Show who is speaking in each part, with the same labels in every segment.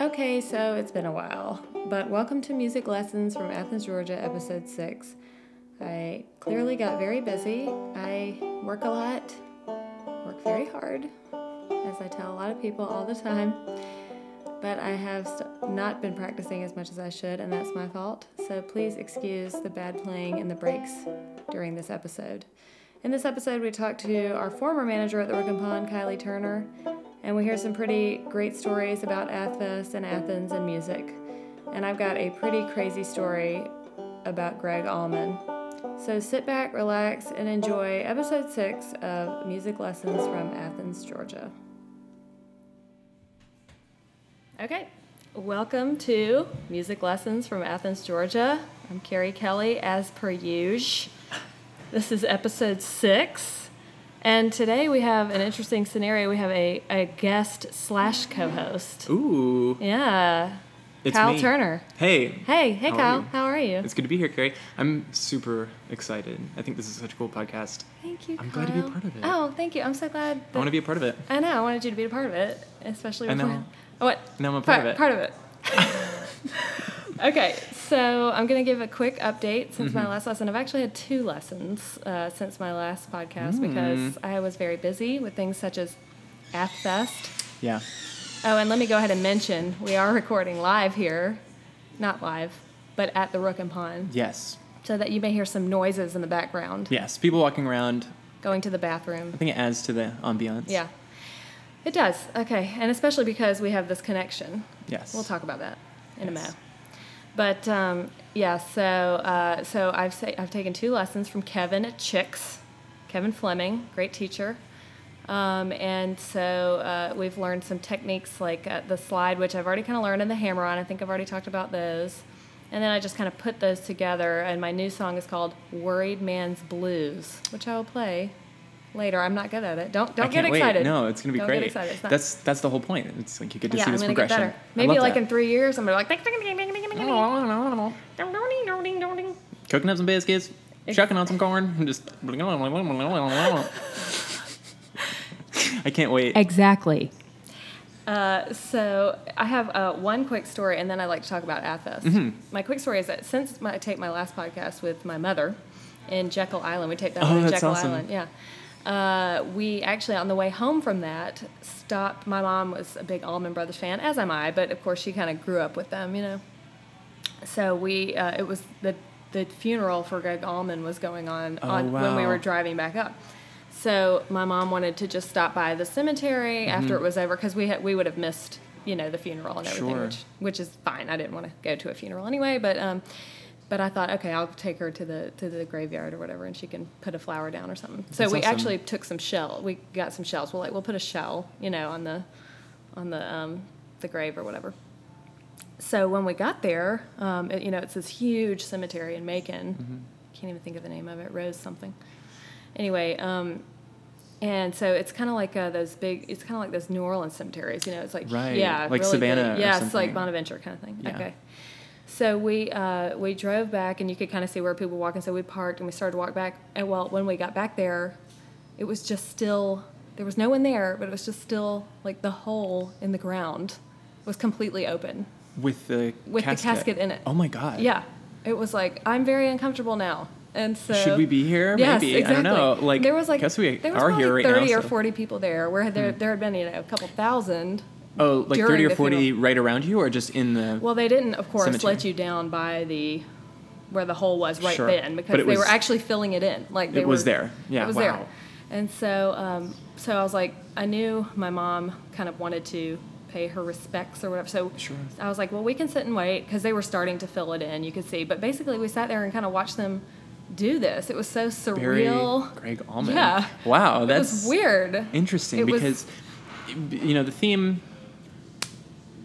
Speaker 1: Okay, so it's been a while, but welcome to Music Lessons from Athens, Georgia, episode six. I clearly got very busy. I work a lot, work very hard, as I tell a lot of people all the time, but I have st- not been practicing as much as I should, and that's my fault. So please excuse the bad playing and the breaks during this episode. In this episode, we talked to our former manager at the Rook and Pond, Kylie Turner, and we hear some pretty great stories about Athfest and Athens and music. And I've got a pretty crazy story about Greg Allman. So sit back, relax, and enjoy episode six of Music Lessons from Athens, Georgia. Okay, welcome to Music Lessons from Athens, Georgia. I'm Carrie Kelly, as per usual. This is episode six, and today we have an interesting scenario. We have a, a guest slash co-host.
Speaker 2: Ooh,
Speaker 1: Yeah,
Speaker 2: it's
Speaker 1: Kyle
Speaker 2: me.
Speaker 1: Turner.
Speaker 2: Hey,
Speaker 1: Hey, hey,
Speaker 2: How are
Speaker 1: Kyle.
Speaker 2: you?
Speaker 1: How are you?
Speaker 2: it's good to be here, Carrie. I'm super excited. I think this is such a cool podcast.
Speaker 1: Thank you.
Speaker 2: I'm
Speaker 1: Kyle.
Speaker 2: glad to be a part of it.
Speaker 1: Oh, thank you. I'm so glad.
Speaker 2: I want to be a part of it.
Speaker 1: I know. I wanted you to be a part of it, especially.
Speaker 2: I know.
Speaker 1: before- What?
Speaker 2: Now I'm a part of it.
Speaker 1: Part of it. okay, so I'm going to give a quick update since
Speaker 2: Mm-hmm.
Speaker 1: my last lesson. I've actually had two lessons uh, since my last podcast
Speaker 2: Mm.
Speaker 1: because I was very busy with things such as Athfest.
Speaker 2: yeah.
Speaker 1: Oh, and let me go ahead and mention we are recording live here, not live, but at the Rook and Pond,
Speaker 2: Yes.
Speaker 1: so that you may hear some noises in the background
Speaker 2: Yes. People walking around.
Speaker 1: going to the bathroom.
Speaker 2: I think it adds to the ambiance.
Speaker 1: Yeah, it does. Okay, and especially because we have this connection.
Speaker 2: Yes.
Speaker 1: We'll talk about that in a
Speaker 2: Yes.
Speaker 1: minute. But um, yeah, so uh, so I've sa- I've taken two lessons from Kevin at Chicks, Kevin Fleming, great teacher. Um, and so uh, we've learned some techniques like uh, the slide, which I've already kind of learned, and the hammer on. I think I've already talked about those. And then I just kind of put those together, and my new song is called "Worried Man's Blues," which I will play later. I'm not good at it. Don't don't
Speaker 2: I can't
Speaker 1: get
Speaker 2: wait.
Speaker 1: excited.
Speaker 2: No, it's gonna be
Speaker 1: Don't
Speaker 2: great.
Speaker 1: Get excited. It's not-
Speaker 2: That's that's the whole point. It's like you get to
Speaker 1: yeah,
Speaker 2: see
Speaker 1: I'm
Speaker 2: this
Speaker 1: gonna get
Speaker 2: progression.
Speaker 1: better.
Speaker 2: I
Speaker 1: Maybe
Speaker 2: love
Speaker 1: like
Speaker 2: that.
Speaker 1: in three years, I'm gonna be like,
Speaker 2: cooking up some biscuits, chucking on some corn, and just. I can't wait.
Speaker 1: exactly. Uh, so I have uh, one quick story, and then I like to talk about Athos.
Speaker 2: Mm-hmm.
Speaker 1: My quick story is that since my, I taped my last podcast with my mother in Jekyll Island, we taped that
Speaker 2: Oh,
Speaker 1: one in
Speaker 2: that's
Speaker 1: Jekyll
Speaker 2: awesome.
Speaker 1: Island. Yeah. Uh, we actually, on the way home from that, stopped. My mom was a big Allman Brothers fan, as am I, but of course she kind of grew up with them, you know. So we, uh, it was the the funeral for Greg Allman was going on,
Speaker 2: Oh,
Speaker 1: on when we
Speaker 2: wow.
Speaker 1: were driving back up. So my mom wanted to just stop by the cemetery
Speaker 2: Mm-hmm.
Speaker 1: after it was over because we had we would have missed you know the funeral and everything,
Speaker 2: Sure.
Speaker 1: which which is fine. I didn't want to go to a funeral anyway, but um, but I thought okay, I'll take her to the to the graveyard or whatever, and she can put a flower down or something. So
Speaker 2: That's
Speaker 1: we
Speaker 2: awesome.
Speaker 1: actually took some shell. We got some shells. We're like we'll put a shell, you know, on the on the um, the grave or whatever. So when we got there, um, it, you know, it's this huge cemetery in Macon.
Speaker 2: Mm-hmm.
Speaker 1: Can't even think of the name of it. Rose something. Anyway, um, and so it's kind of like uh, those big. It's kind of like those New Orleans cemeteries. You know, it's like
Speaker 2: Right,
Speaker 1: yeah,
Speaker 2: like
Speaker 1: really
Speaker 2: Savannah
Speaker 1: Big.
Speaker 2: or
Speaker 1: Yeah, it's like
Speaker 2: something.
Speaker 1: Bonaventure kind of thing.
Speaker 2: Yeah.
Speaker 1: Okay. So we uh, we drove back, and you could kind of see where people were walking. So we parked and we started to walk back. And well, when we got back there, it was just still. There was no one there, but it was just still like the hole in the ground was completely open.
Speaker 2: With the
Speaker 1: With the
Speaker 2: casket.
Speaker 1: casket in it.
Speaker 2: Oh my god.
Speaker 1: Yeah, it was like I'm very uncomfortable now, and so
Speaker 2: Should we be here?
Speaker 1: Yes,
Speaker 2: Maybe
Speaker 1: exactly.
Speaker 2: I don't know. Like
Speaker 1: there was like
Speaker 2: guess we
Speaker 1: there was
Speaker 2: are
Speaker 1: probably
Speaker 2: here right
Speaker 1: thirty
Speaker 2: now.
Speaker 1: or
Speaker 2: so- Hmm.
Speaker 1: forty people there, where there there had been you know a couple thousand.
Speaker 2: Oh, like
Speaker 1: during
Speaker 2: thirty or
Speaker 1: the
Speaker 2: forty
Speaker 1: funeral.
Speaker 2: right around you, or just in the.
Speaker 1: Well, they didn't, of course,
Speaker 2: Cemetery.
Speaker 1: let you down by the where the hole was right
Speaker 2: Sure.
Speaker 1: then because
Speaker 2: But
Speaker 1: they
Speaker 2: it was-
Speaker 1: were actually filling it in. Like they
Speaker 2: It was
Speaker 1: were-
Speaker 2: there. Yeah,
Speaker 1: it was
Speaker 2: wow.
Speaker 1: there. And so, um, so I was like, I knew my mom kind of wanted to pay her respects or whatever. So
Speaker 2: Sure.
Speaker 1: I was like, well, we can sit and wait because they were starting to fill it in. You could see, but basically, we sat there and kind of watched them do this. It was so
Speaker 2: Barry
Speaker 1: surreal.
Speaker 2: Greg Allman.
Speaker 1: Yeah.
Speaker 2: Wow,
Speaker 1: It
Speaker 2: that's
Speaker 1: was weird.
Speaker 2: interesting
Speaker 1: It was-
Speaker 2: because you know the theme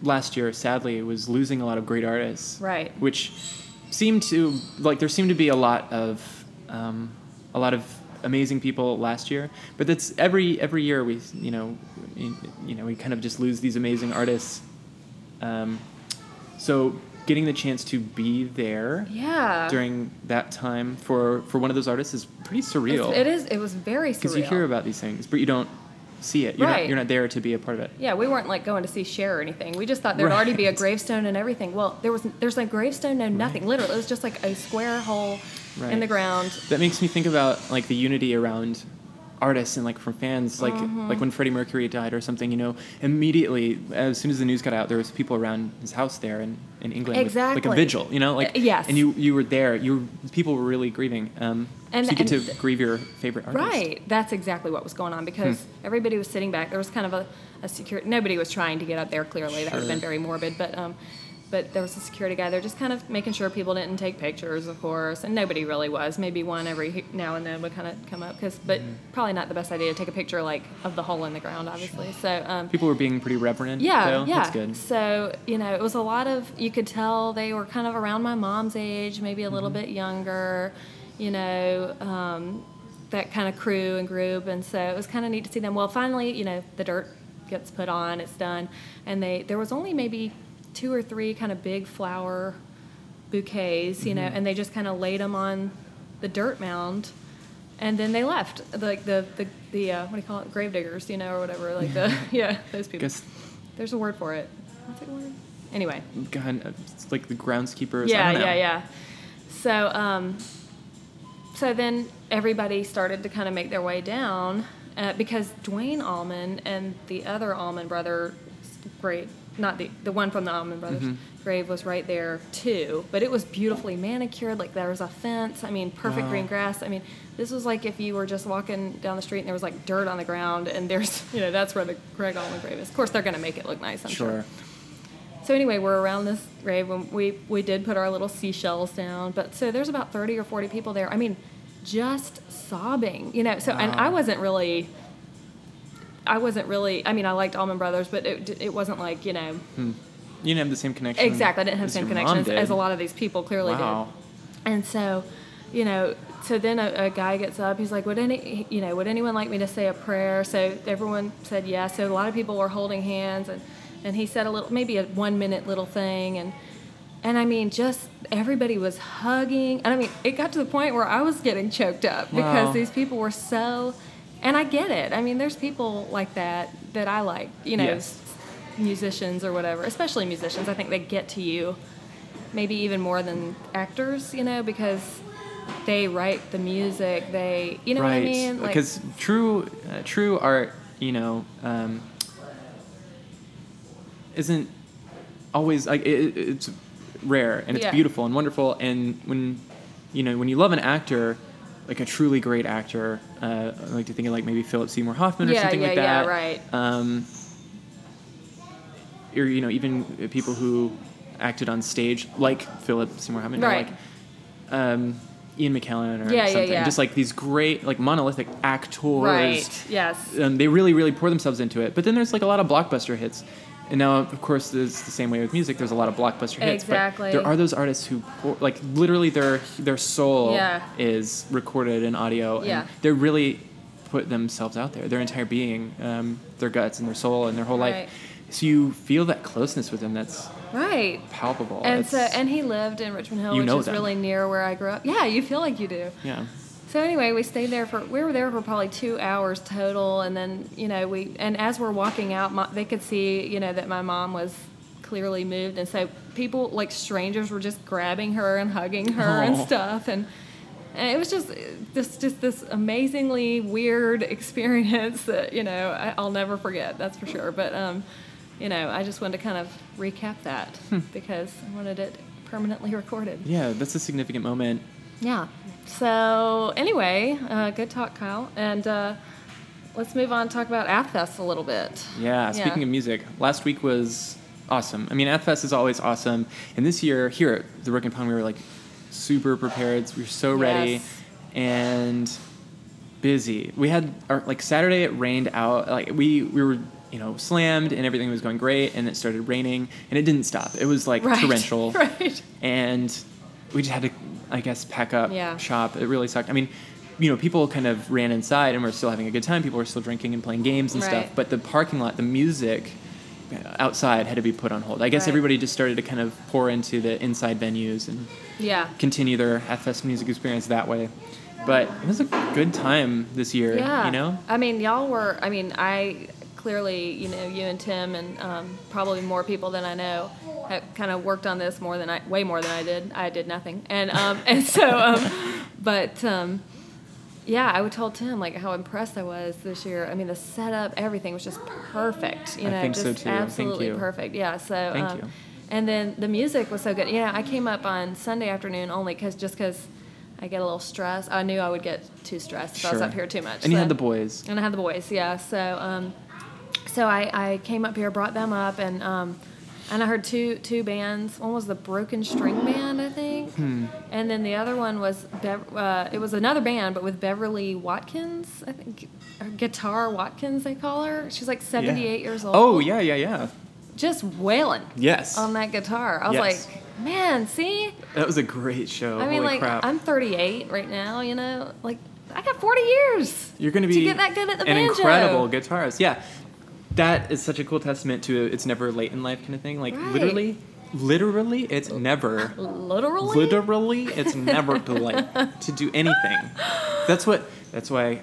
Speaker 2: last year sadly was losing a lot of great artists.
Speaker 1: Right.
Speaker 2: Which seemed to like there seemed to be a lot of um, a lot of amazing people last year, but that's every every year we you know you, you know we kind of just lose these amazing artists. Um, so getting the chance to be there
Speaker 1: Yeah.
Speaker 2: during that time for for one of those artists is pretty surreal.
Speaker 1: It's- It is. It was very surreal.
Speaker 2: Because you hear about these things, but you don't see it. You're
Speaker 1: Right.
Speaker 2: not you're not there to be a part of it.
Speaker 1: Yeah, we weren't like going to see Cher or anything. We just thought there'd already be a
Speaker 2: Right.
Speaker 1: gravestone and everything. Well, there was there's no gravestone, no nothing. Literally, it was just like a square hole in
Speaker 2: Right.
Speaker 1: the ground.
Speaker 2: That makes me think about like the unity around artists and like from fans like
Speaker 1: Mm-hmm.
Speaker 2: like when Freddie Mercury died or something you know immediately as soon as the news got out there was people around his house there in, in England with, like
Speaker 1: Exactly.
Speaker 2: a vigil you know like
Speaker 1: Uh, yes.
Speaker 2: and you you were there you were, people were really grieving um
Speaker 1: And-
Speaker 2: so you get
Speaker 1: and
Speaker 2: to
Speaker 1: th-
Speaker 2: grieve your favorite artist
Speaker 1: Right, that's exactly what was going on because everybody was sitting back. There was kind of a, a security. Nobody was trying to get up there. Clearly, that would have been
Speaker 2: Sure.
Speaker 1: very morbid. But um, but there was a security guy there, just kind of making sure people didn't take pictures, of course. And nobody really was. Maybe one every he- now and then would kind of come up, cause but probably not the best idea to take a picture like of the hole in the ground, obviously. So um,
Speaker 2: people were being pretty reverent
Speaker 1: Yeah,
Speaker 2: though.
Speaker 1: yeah.
Speaker 2: that's good
Speaker 1: So you know, it was a lot of. You could tell they were kind of around my mom's age, maybe a little
Speaker 2: Mm-hmm.
Speaker 1: bit younger. You know, um, that kind of crew and group, and so it was kind of neat to see them. Well, finally, you know, the dirt gets put on, it's done, and they there was only maybe two or three kind of big flower bouquets, you know,
Speaker 2: Mm-hmm.
Speaker 1: and they just kind of laid them on the dirt mound. And then they left, like the the, the uh, what do you call it, gravediggers, you know, or whatever, like the yeah, those people.
Speaker 2: guess
Speaker 1: There's a word for it. What's it word? Anyway.
Speaker 2: God, it's like the groundskeepers I
Speaker 1: Yeah,
Speaker 2: don't know.
Speaker 1: yeah, yeah. So, um, so then everybody started to kind of make their way down uh, because Dwayne Allman and the other Allman brother, great, not the the one from the Allman brothers,
Speaker 2: Mm-hmm.
Speaker 1: grave was right there too. But it was beautifully manicured. Like there was a fence. I mean, perfect
Speaker 2: Wow.
Speaker 1: green grass. I mean, this was like if you were just walking down the street and there was like dirt on the ground and there's you know that's where the Greg Allman grave is. Of course, they're gonna make it look nice. I'm
Speaker 2: sure
Speaker 1: so anyway, we're around this grave, and we we did put our little seashells down. But so there's about thirty or forty people there. I mean, just sobbing, you know. So and
Speaker 2: Wow.
Speaker 1: I wasn't really, I wasn't really. I mean, I liked Allman Brothers, but it d- it wasn't like you know
Speaker 2: you didn't have the same connection
Speaker 1: exactly. I didn't have the
Speaker 2: as
Speaker 1: same
Speaker 2: your Hmm. mom
Speaker 1: connections
Speaker 2: did.
Speaker 1: as a lot of these people clearly
Speaker 2: wow
Speaker 1: did. And so, you know, so then a, a guy gets up. He's like, "Would any, you know, would anyone like me to say a prayer?" So everyone said yes. So a lot of people were holding hands, and and he said a little, maybe a one minute little thing, and and I mean, just everybody was hugging, and I mean, it got to the point where I was getting choked up because
Speaker 2: Wow.
Speaker 1: these people were so, and I get it. I mean, there's people like that that I like, you know,
Speaker 2: Yes.
Speaker 1: musicians or whatever, especially musicians. I think they get to you maybe even more than actors, you know, because they write the music. They, you know
Speaker 2: right.
Speaker 1: what I mean? Like,
Speaker 2: because true, uh, true art, you know, um, isn't always like it, it- it's rare and it's
Speaker 1: Yeah.
Speaker 2: beautiful and wonderful. And when you know when you love an actor, like a truly great actor, uh, I like to think of like maybe Philip Seymour Hoffman or
Speaker 1: yeah,
Speaker 2: something
Speaker 1: yeah,
Speaker 2: like
Speaker 1: yeah,
Speaker 2: that.
Speaker 1: right.
Speaker 2: Um, or you know even people who acted on stage like Philip Seymour Hoffman, or,
Speaker 1: Right.
Speaker 2: like um, Ian McKellen or
Speaker 1: Yeah, yeah,
Speaker 2: something.
Speaker 1: yeah.
Speaker 2: Just like these great, like monolithic actors.
Speaker 1: Right. Yes.
Speaker 2: Um, they really, really pour themselves into it. But then there's like a lot of blockbuster hits. And now, of course, it's the same way with music. There's a lot of blockbuster hits.
Speaker 1: Exactly.
Speaker 2: But there are those artists who, pour, like, literally their their soul
Speaker 1: Yeah.
Speaker 2: is recorded in audio.
Speaker 1: Yeah.
Speaker 2: And they really put themselves out there, their entire being, um, their guts and their soul and their whole
Speaker 1: Right.
Speaker 2: life. So you feel that closeness with them that's
Speaker 1: Right.
Speaker 2: palpable.
Speaker 1: And
Speaker 2: It's-
Speaker 1: so, and he lived in Richmond Hill,
Speaker 2: You
Speaker 1: which
Speaker 2: know
Speaker 1: is
Speaker 2: them.
Speaker 1: really near where I grew up. Yeah, you feel like you do.
Speaker 2: yeah.
Speaker 1: So anyway, we stayed there for we were there for probably two hours total, and then you know we and as we're walking out, my, they could see you know that my mom was clearly moved, and so people like strangers were just grabbing her and hugging her and
Speaker 2: Aw.
Speaker 1: stuff, and, and it was just uh, this just this amazingly weird experience that you know I, I'll never forget. That's for sure. But um, you know, I just wanted to kind of recap that because I wanted it permanently recorded.
Speaker 2: Yeah, that's a significant moment.
Speaker 1: Yeah. So anyway, uh, good talk, Kyle, and uh, let's move on and talk about Athfest a little bit.
Speaker 2: Yeah, speaking of music, last week was awesome. I mean, AppFest is always awesome. And this year, here at the Rook and Pond, we were like super prepared. We were so ready
Speaker 1: Yes.
Speaker 2: and busy. We had our, like Saturday, it rained out. Like we, we were, you know, slammed and everything was going great. And it started raining and it didn't stop. It was like
Speaker 1: right.
Speaker 2: torrential
Speaker 1: right?
Speaker 2: and we just had to, I guess, pack up
Speaker 1: Yeah.
Speaker 2: shop. It really sucked. I mean, you know, people kind of ran inside and were still having a good time. People were still drinking and playing games and stuff.
Speaker 1: Right.
Speaker 2: But the parking lot, the music outside had to be put on hold. I guess
Speaker 1: Right.
Speaker 2: everybody just started to kind of pour into the inside venues and
Speaker 1: Yeah.
Speaker 2: continue their Fest music experience that way. But it was a good time this year.
Speaker 1: Yeah.
Speaker 2: You know.
Speaker 1: I mean, y'all were, I mean, I clearly, you know, you and Tim and um, probably more people than I know have kind of worked on this more than I, way more than I did. I did nothing. And, um, and so, um, but, um, yeah, I would told Tim like how impressed I was this year. I mean, the setup, everything was just perfect. You
Speaker 2: I
Speaker 1: know,
Speaker 2: think so
Speaker 1: just
Speaker 2: too. Thank
Speaker 1: absolutely
Speaker 2: you.
Speaker 1: perfect. Yeah. So
Speaker 2: Thank
Speaker 1: um,
Speaker 2: you.
Speaker 1: And then the music was so good. Yeah, I came up on Sunday afternoon only because just because I get a little stressed. I knew I would get too stressed. if I was
Speaker 2: Sure.
Speaker 1: up here too much.
Speaker 2: And you
Speaker 1: so-
Speaker 2: had the boys.
Speaker 1: and I had the boys, yeah. So, um, so I, I came up here, brought them up, and um, and I heard two two bands. One was the Broken String Band, I think,
Speaker 2: Hmm.
Speaker 1: and then the other one was Bev- uh, it was another band, but with Beverly Watkins, I think, or Guitar Watkins they call her. She's like seventy eight
Speaker 2: Yeah.
Speaker 1: years old.
Speaker 2: Oh yeah, yeah, yeah.
Speaker 1: just wailing
Speaker 2: Yes.
Speaker 1: on that guitar. I was
Speaker 2: Yes.
Speaker 1: like, man, see,
Speaker 2: that was a great show.
Speaker 1: I mean,
Speaker 2: Holy
Speaker 1: like
Speaker 2: crap.
Speaker 1: I'm thirty eight right now, you know, like. I got 40 years.
Speaker 2: You're going to
Speaker 1: to
Speaker 2: be
Speaker 1: get that good at the
Speaker 2: an
Speaker 1: banjo.
Speaker 2: incredible guitarist. Yeah, that is such a cool testament to it's never late in life kind of thing. Like
Speaker 1: Right.
Speaker 2: literally, literally, it's never.
Speaker 1: Literally?
Speaker 2: Literally, it's never too late to do anything. That's what. That's why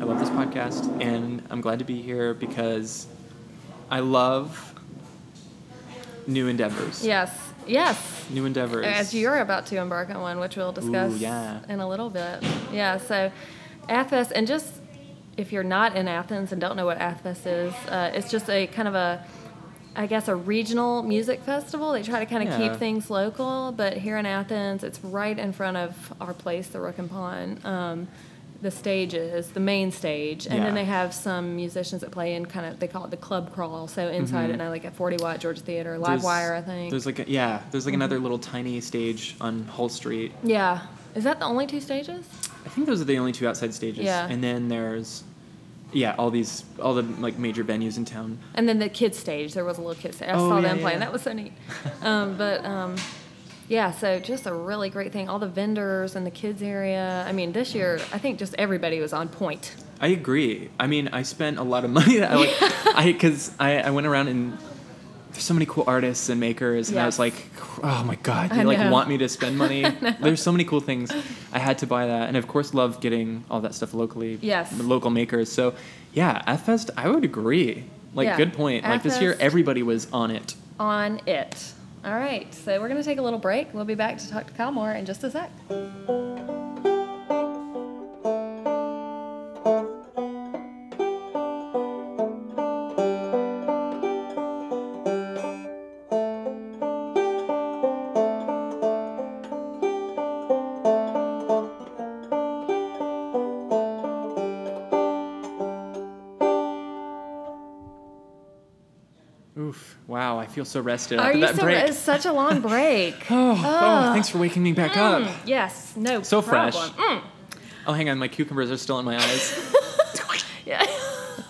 Speaker 2: I love this podcast, and I'm glad to be here because I love new endeavors.
Speaker 1: Yes. Yes.
Speaker 2: New endeavors.
Speaker 1: As you're about to embark on one, which we'll discuss
Speaker 2: Ooh, yeah.
Speaker 1: in a little bit. Yeah. So, Athos, and just if you're not in Athens and don't know what Athos is, uh, it's just a kind of a, I guess, a regional music festival. They try to kind of
Speaker 2: Yeah.
Speaker 1: keep things local, but here in Athens, it's right in front of our place, the Rook and Pond. Um, the stage is the main stage, and then
Speaker 2: Yeah.
Speaker 1: they have some musicians that play in kind of they call it the club crawl. So inside
Speaker 2: Mm-hmm.
Speaker 1: at night, like at Forty Watt Georgia Theater, Live
Speaker 2: There's-
Speaker 1: Wire, I think. Mm-hmm.
Speaker 2: There's like a, yeah, there's like another little tiny stage on Hull Street
Speaker 1: Yeah. Is that the only two stages?
Speaker 2: I think those are the only two outside stages.
Speaker 1: Yeah.
Speaker 2: And then there's, yeah, all these, all the like major venues in town.
Speaker 1: And then the kids stage. There was a little kids stage. I
Speaker 2: Oh,
Speaker 1: saw
Speaker 2: yeah,
Speaker 1: them play, and
Speaker 2: yeah.
Speaker 1: that was so neat. um, but um, yeah, so just a really great thing. All the vendors and the kids area. I mean, this year I think just everybody was on point.
Speaker 2: I agree. I mean, I spent a lot of money. I like, I because I, I went around and there's so many cool artists and makers, and I was
Speaker 1: Yes.
Speaker 2: like, oh my god,
Speaker 1: I
Speaker 2: they like
Speaker 1: know.
Speaker 2: want me to spend money. there's so many cool things. I had to buy that, and of course, love getting all that stuff locally.
Speaker 1: Yes.
Speaker 2: the Local makers. So, yeah, at Fest, I would agree. Like,
Speaker 1: Yeah.
Speaker 2: good point. Like this year,
Speaker 1: Fest.
Speaker 2: everybody was on it.
Speaker 1: On it. All right. So we're gonna take a little break. We'll be back to talk to Kyle more in just a sec.
Speaker 2: Oof! Wow, I feel so rested
Speaker 1: Are
Speaker 2: after
Speaker 1: you
Speaker 2: that
Speaker 1: so?
Speaker 2: break.
Speaker 1: It's such a long break.
Speaker 2: Oh,
Speaker 1: Ah.
Speaker 2: oh, thanks for waking me back up.
Speaker 1: Mm, yes. No.
Speaker 2: So fresh.
Speaker 1: problem. Mm.
Speaker 2: Oh, hang on, my cucumbers are still in my eyes.
Speaker 1: Yeah.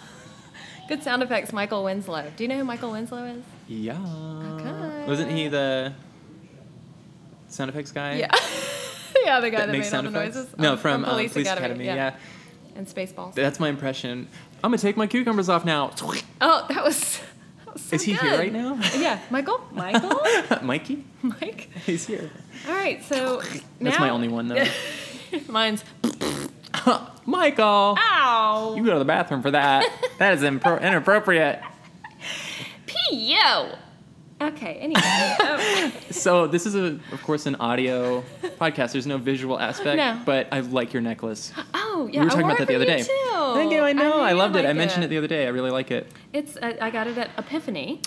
Speaker 1: Good sound effects. Michael Winslow. Do you know who Michael Winslow is?
Speaker 2: yeah.
Speaker 1: Okay.
Speaker 2: Wasn't he the sound effects guy?
Speaker 1: Yeah. yeah, the guy
Speaker 2: That
Speaker 1: that,
Speaker 2: makes
Speaker 1: made all
Speaker 2: sound
Speaker 1: the
Speaker 2: effects.
Speaker 1: noises.
Speaker 2: no,
Speaker 1: um,
Speaker 2: from, uh, Police Academy. Yeah.
Speaker 1: And Spaceballs.
Speaker 2: that's my impression. I'm gonna take my cucumbers off now.
Speaker 1: oh, that was. That was so
Speaker 2: Is he here
Speaker 1: good.
Speaker 2: right now?
Speaker 1: Yeah, Michael. Michael.
Speaker 2: Mikey,
Speaker 1: Mike.
Speaker 2: he's here.
Speaker 1: All right, so that's
Speaker 2: That's my only one though.
Speaker 1: Mine's.
Speaker 2: Michael,
Speaker 1: Ow.
Speaker 2: you go to the bathroom for that. that is impro- inappropriate.
Speaker 1: P.O. Okay. Anyway. oh,
Speaker 2: So this is a, of course, an audio podcast. There's no visual aspect,
Speaker 1: No.
Speaker 2: but I like your necklace.
Speaker 1: oh, yeah.
Speaker 2: we were
Speaker 1: I
Speaker 2: talking
Speaker 1: wore
Speaker 2: about that the
Speaker 1: it
Speaker 2: other
Speaker 1: for
Speaker 2: day.
Speaker 1: you Too.
Speaker 2: Thank you. I know.
Speaker 1: really
Speaker 2: I, loved it. I
Speaker 1: like
Speaker 2: mentioned it. the other day. I really like it.
Speaker 1: It's. uh, I, I got it at Epiphany.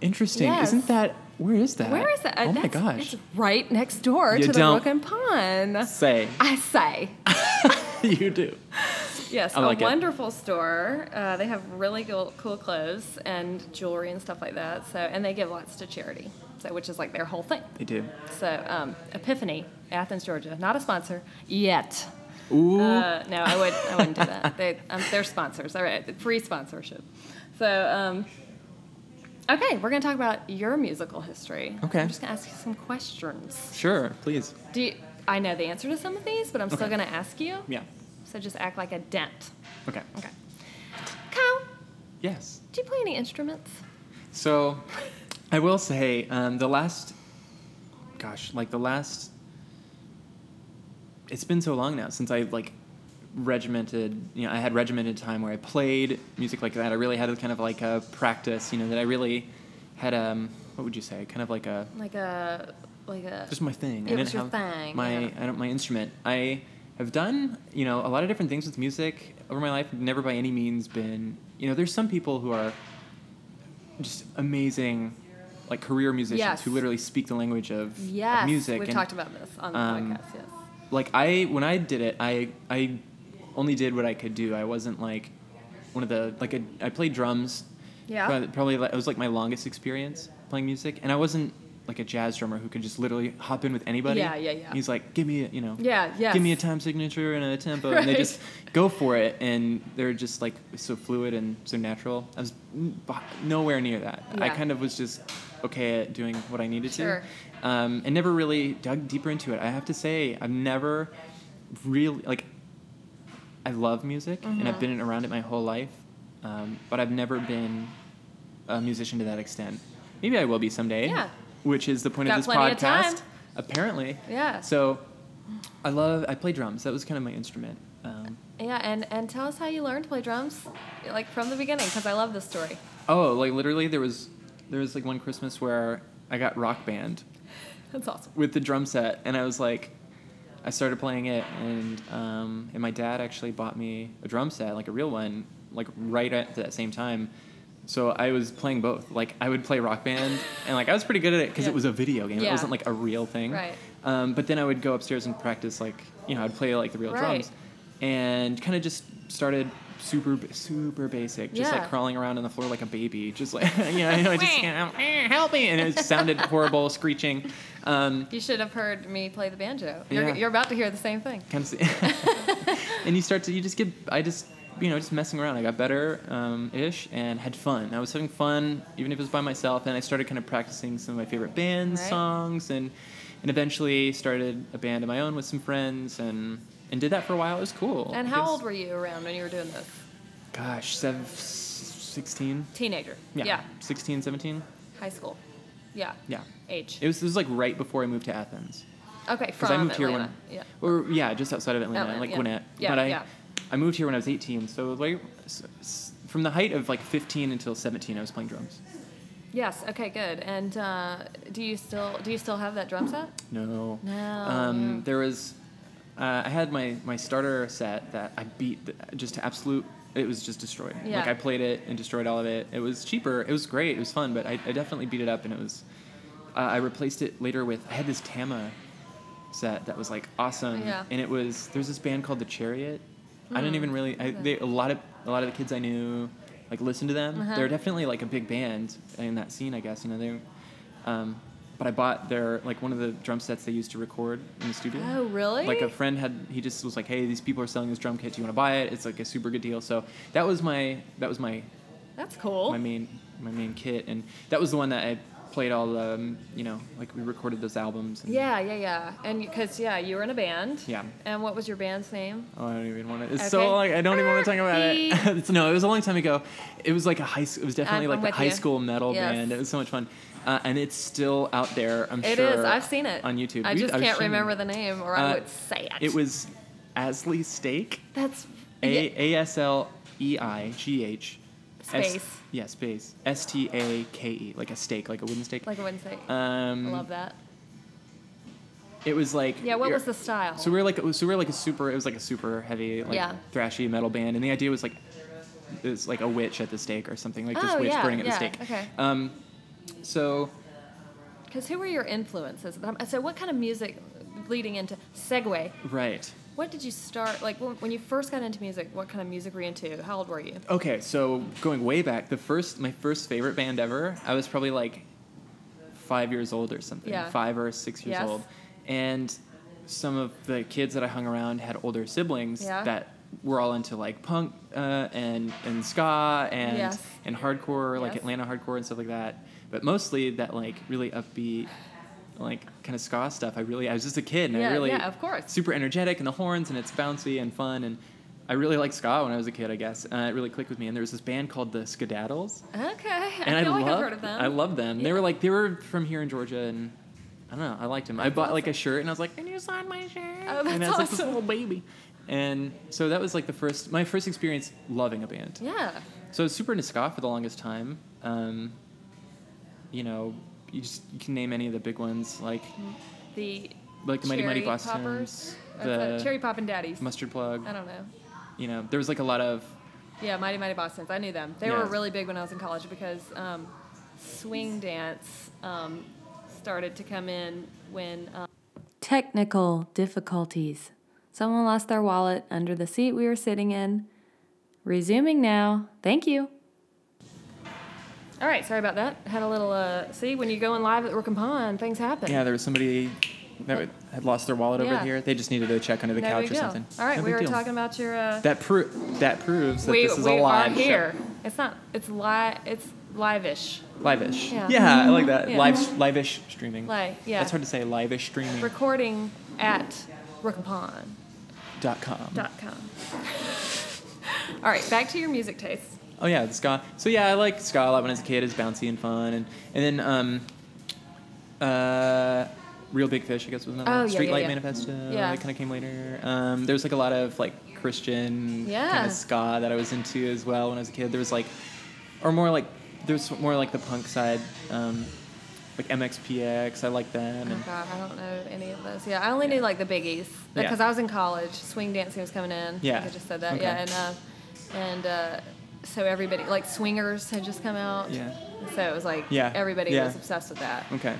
Speaker 2: Interesting.
Speaker 1: Yes.
Speaker 2: Isn't that? Where is that?
Speaker 1: Where is that?
Speaker 2: Oh my
Speaker 1: That's-
Speaker 2: gosh.
Speaker 1: It's right next door
Speaker 2: You
Speaker 1: to the
Speaker 2: don't-
Speaker 1: Broken Pond.
Speaker 2: Say
Speaker 1: I say.
Speaker 2: you do.
Speaker 1: Yes,
Speaker 2: I like
Speaker 1: a
Speaker 2: it.
Speaker 1: wonderful store. Uh, they have really cool, cool clothes and jewelry and stuff like that. So, and they give lots to charity, so which is like their whole thing.
Speaker 2: They do.
Speaker 1: So, um, Epiphany, Athens, Georgia, not a sponsor yet.
Speaker 2: Ooh.
Speaker 1: Uh, no, I would, I wouldn't do that. They, um, they're sponsors. All right, free sponsorship. So, um, okay, we're gonna talk about your musical history.
Speaker 2: Okay.
Speaker 1: I'm just gonna ask you some questions.
Speaker 2: sure. Please.
Speaker 1: Do you, I know the answer to some of these, but I'm still
Speaker 2: Okay.
Speaker 1: gonna ask you.
Speaker 2: Yeah.
Speaker 1: So just act like a dent.
Speaker 2: Okay.
Speaker 1: Okay. Kyle,
Speaker 2: Yes.
Speaker 1: do you play any instruments?
Speaker 2: So, I will say um, the last, gosh, like the last it's been so long now since I like regimented. You know, I had regimented time where I played music like that. I really had a kind of like a practice. You know, that I really had um what would you say? Kind of like a
Speaker 1: like a like a
Speaker 2: just my thing.
Speaker 1: It
Speaker 2: I
Speaker 1: was your
Speaker 2: have
Speaker 1: thing,
Speaker 2: My
Speaker 1: yeah.
Speaker 2: I don't my instrument. I have done you know a lot of different things with music over my life. Never by any means been you know. There's some people who are just amazing, like career musicians
Speaker 1: Yes.
Speaker 2: who literally speak the language of, of
Speaker 1: yes.
Speaker 2: music.
Speaker 1: We've
Speaker 2: and-
Speaker 1: talked about this on the
Speaker 2: um,
Speaker 1: podcast. Yes.
Speaker 2: like I when I did it, I I only did what I could do. I wasn't like one of the like I, I played drums.
Speaker 1: Yeah.
Speaker 2: Probably, probably like, it was like my longest experience playing music, and I wasn't like a jazz drummer who could just literally hop in with anybody.
Speaker 1: Yeah, yeah, yeah.
Speaker 2: He's like, give me a, you know.
Speaker 1: Yeah, yes.
Speaker 2: Give me a time signature and a tempo, and they
Speaker 1: Right.
Speaker 2: just go for it, and they're just like so fluid and so natural. I was n- bo- nowhere near that. I
Speaker 1: Yeah.
Speaker 2: kind of was just okay at doing what I needed
Speaker 1: Sure.
Speaker 2: to, um, and never really dug deeper into it. I have to say, I've never really like. I love music, and
Speaker 1: Mm-hmm.
Speaker 2: I've been around it my whole life, um, but I've never been a musician to that extent. Maybe I will be someday.
Speaker 1: Yeah.
Speaker 2: Which is the point
Speaker 1: Got
Speaker 2: of this
Speaker 1: plenty of
Speaker 2: podcast.
Speaker 1: time.
Speaker 2: Apparently.
Speaker 1: Yeah.
Speaker 2: So I love I play drums. That was kind of my instrument. Um,
Speaker 1: Yeah, and and tell us how you learned to play drums, like from the beginning, because I love this story.
Speaker 2: oh, like literally there was there was like one Christmas where I got rock band
Speaker 1: That's awesome.
Speaker 2: with the drum set and I was like I started playing it and um, and my dad actually bought me a drum set, like a real one, like right at that same time. So I was playing both. Like I would play rock band and like I was pretty good at it because
Speaker 1: Yeah.
Speaker 2: it was a video game. It
Speaker 1: Yeah.
Speaker 2: wasn't like a real thing.
Speaker 1: Right.
Speaker 2: Um, but then I would go upstairs and practice like you know I'd play like the real
Speaker 1: Right.
Speaker 2: drums, and kind of just started super super basic, just
Speaker 1: Yeah.
Speaker 2: like crawling around on the floor like a baby, just like you know, I just you know, "Eh, help me, and it sounded horrible, screeching. Um,
Speaker 1: You should have heard me play the banjo. You're,
Speaker 2: Yeah.
Speaker 1: you're about to hear the same thing.
Speaker 2: kind of, and you start to you just get I just you know just messing around. I got better um, ish and had fun. I was having fun even if it was by myself, and I started kind of practicing some of my favorite bands
Speaker 1: Right.
Speaker 2: songs and and eventually started a band of my own with some friends and and did that for a while. It was cool.
Speaker 1: And how
Speaker 2: It's-
Speaker 1: old were you around when you were doing this?
Speaker 2: Gosh, seven, 16?
Speaker 1: Teenager.
Speaker 2: Yeah. 16, 17?
Speaker 1: High school. Yeah.
Speaker 2: Yeah.
Speaker 1: Age.
Speaker 2: It was, this was like right before I moved to Athens.
Speaker 1: okay.
Speaker 2: Because
Speaker 1: From
Speaker 2: I moved
Speaker 1: Atlanta.
Speaker 2: here when.
Speaker 1: yeah.
Speaker 2: Or, yeah, just outside of Atlanta,
Speaker 1: Atlanta,
Speaker 2: like
Speaker 1: yeah.
Speaker 2: Gwinnett.
Speaker 1: Yeah,
Speaker 2: but I,
Speaker 1: yeah.
Speaker 2: I moved here when I was 18. So, like, s- s- from the height of like 15 until 17, I was playing drums.
Speaker 1: Yes. Okay. Good. And uh, do you still do you still have that drum set?
Speaker 2: No.
Speaker 1: No,
Speaker 2: Um,
Speaker 1: yeah.
Speaker 2: There was, uh, I had my, my starter set that I beat the, just to absolute, it was just destroyed.
Speaker 1: Yeah.
Speaker 2: Like I played it and destroyed all of it. It was cheaper. It was great. It was fun, but I, I definitely beat it up and it was, uh, I replaced it later with, I had this Tama set that was like awesome.
Speaker 1: Yeah.
Speaker 2: And it was, there's this band called The Chariot. I
Speaker 1: Hmm.
Speaker 2: didn't even really, I,
Speaker 1: Yeah.
Speaker 2: they, a lot of, a lot of the kids I knew, like listened to them.
Speaker 1: Uh-huh.
Speaker 2: They're definitely like a big band in that scene, I guess. You know, they um, but I bought their like one of the drum sets they used to record in the studio.
Speaker 1: Oh, really?
Speaker 2: Like a friend had he just was like, "Hey, these people are selling this drum kit. Do you want to buy it? It's like a super good deal." So that was my that was my
Speaker 1: That's cool.
Speaker 2: my main my main kit, and that was the one that I played all the um, you know like we recorded those albums. And,
Speaker 1: yeah. Yeah. Yeah. And because yeah, you were in a band.
Speaker 2: Yeah.
Speaker 1: And what was your band's name?
Speaker 2: Oh, I don't even want to. It's so
Speaker 1: Okay.
Speaker 2: like I don't even want to talk about it.
Speaker 1: Ah,
Speaker 2: It's- no, it was a long time ago. It was like a high. s- It was definitely
Speaker 1: I'm-
Speaker 2: like
Speaker 1: I'm
Speaker 2: the
Speaker 1: with
Speaker 2: high
Speaker 1: you.
Speaker 2: school metal
Speaker 1: Yes.
Speaker 2: band. It was so much fun, uh, and it's still out there. I'm
Speaker 1: It
Speaker 2: sure
Speaker 1: is. I've seen it
Speaker 2: on YouTube.
Speaker 1: I
Speaker 2: We-
Speaker 1: just
Speaker 2: I've
Speaker 1: can't
Speaker 2: seen-
Speaker 1: remember the name, or I
Speaker 2: Uh,
Speaker 1: would say it.
Speaker 2: It was Asley Steak.
Speaker 1: That's
Speaker 2: A
Speaker 1: yeah,
Speaker 2: A S L E I G H. S-
Speaker 1: Space.
Speaker 2: Yeah, space. S T A K E, like a steak, like a wooden steak.
Speaker 1: like I wouldn't say.
Speaker 2: um,
Speaker 1: I love that.
Speaker 2: It was like
Speaker 1: Yeah. What
Speaker 2: you're-
Speaker 1: was the style?
Speaker 2: So we were like so we were like a super. It was like a super heavy, like
Speaker 1: Yeah.
Speaker 2: thrashy metal band, and the idea was like it's like a witch at the stake or something like this
Speaker 1: Oh,
Speaker 2: witch
Speaker 1: yeah,
Speaker 2: burning at
Speaker 1: yeah,
Speaker 2: the stake.
Speaker 1: okay.
Speaker 2: Um, so
Speaker 1: Because who were your influences? Um, So what kind of music leading into segue?
Speaker 2: right.
Speaker 1: What did you start like when when you first got into music? What kind of music were you into? How old were you?
Speaker 2: Okay, so going way back, the first my first favorite band ever, I was probably like five years old or something,
Speaker 1: Yeah.
Speaker 2: five or six years
Speaker 1: Yes.
Speaker 2: old, and some of the kids that I hung around had older siblings
Speaker 1: Yeah.
Speaker 2: that were all into like punk uh, and and ska and
Speaker 1: Yes.
Speaker 2: and hardcore, like
Speaker 1: Yes.
Speaker 2: Atlanta hardcore and stuff like that. But mostly that like really upbeat, like kind of ska stuff. I really I was just a kid and
Speaker 1: Yeah,
Speaker 2: I really
Speaker 1: yeah, of course.
Speaker 2: super energetic and the horns and it's bouncy and fun and I really liked ska when I was a kid, I guess. Uh, it really clicked with me. And there was this band called the Skedaddles,
Speaker 1: Okay,
Speaker 2: and
Speaker 1: I feel like
Speaker 2: loved,
Speaker 1: I've heard of them.
Speaker 2: I loved them. They
Speaker 1: Yeah.
Speaker 2: were like they were from here in Georgia, and I don't know. I liked him. I bought like a shirt, and I was like, "Can you sign my shirt?"
Speaker 1: Oh, that's
Speaker 2: and I was like this
Speaker 1: awesome.
Speaker 2: little baby. And so that was like the first, my first experience loving a band.
Speaker 1: Yeah.
Speaker 2: So I was super into ska for the longest time. Um, you know, you just you can name any of the big ones, like
Speaker 1: The
Speaker 2: like the Mighty Mighty
Speaker 1: Cherry
Speaker 2: Boss
Speaker 1: Poppers.
Speaker 2: Tones,
Speaker 1: That's
Speaker 2: the
Speaker 1: it, Cherry Poppin' Daddies.
Speaker 2: Mustard Plug.
Speaker 1: I don't know.
Speaker 2: You know, there was like a lot of
Speaker 1: Yeah, Mighty Mighty Boston's. I knew them. They were
Speaker 2: Yeah.
Speaker 1: really big when I was in college because um, swing dance um, started to come in when um,
Speaker 3: Technical difficulties. Someone lost their wallet under the seat we were sitting in. Resuming now. Thank you.
Speaker 1: All right, sorry about that. Had a little uh, see when you're going live at Rincon Pond, things happen.
Speaker 2: yeah. There was somebody that would- had lost their wallet
Speaker 1: Yeah.
Speaker 2: over here. They just needed to check under the
Speaker 1: there
Speaker 2: couch
Speaker 1: we go.
Speaker 2: or something.
Speaker 1: All right,
Speaker 2: No
Speaker 1: we
Speaker 2: big
Speaker 1: were
Speaker 2: deal.
Speaker 1: talking about your. Uh,
Speaker 2: That pro- that proves that
Speaker 1: we
Speaker 2: this is
Speaker 1: we
Speaker 2: a live
Speaker 1: are
Speaker 2: show.
Speaker 1: here. It's not. It's live. It's live-ish.
Speaker 2: Live-ish.
Speaker 1: Yeah.
Speaker 2: Yeah, I like that.
Speaker 1: Yeah.
Speaker 2: Live, live-ish streaming.
Speaker 1: Live, yeah.
Speaker 2: That's hard to say. Live-ish streaming.
Speaker 1: Recording at rookapawn.com.
Speaker 2: dot com.
Speaker 1: All right, back to your music taste.
Speaker 2: Oh yeah, the ska. So yeah, I like ska a lot when I was a kid. It's bouncy and fun, and and then um, uh, Real Big Fish, I guess was another.
Speaker 1: Oh,
Speaker 2: one.
Speaker 1: yeah,
Speaker 2: Streetlight
Speaker 1: yeah, yeah.
Speaker 2: Manifesto.
Speaker 1: Yeah.
Speaker 2: That kind of came later. Um, there was like a lot of like Christian kind
Speaker 1: Yeah.
Speaker 2: of ska that I was into as well when I was a kid. There was like, or more like there's more like the punk side, um, like MXPX. I like them.
Speaker 1: Oh
Speaker 2: And,
Speaker 1: God, I don't know any of those. Yeah, I only knew like the biggies
Speaker 2: Yeah.
Speaker 1: because I was in college. Swing dancing was coming in. I,
Speaker 2: Yeah.
Speaker 1: think I just said that.
Speaker 2: Okay.
Speaker 1: Yeah, and uh, and uh, so everybody like swingers had just come out.
Speaker 2: Yeah.
Speaker 1: So it was like
Speaker 2: Yeah.
Speaker 1: everybody
Speaker 2: Yeah.
Speaker 1: was obsessed with that.
Speaker 2: Okay.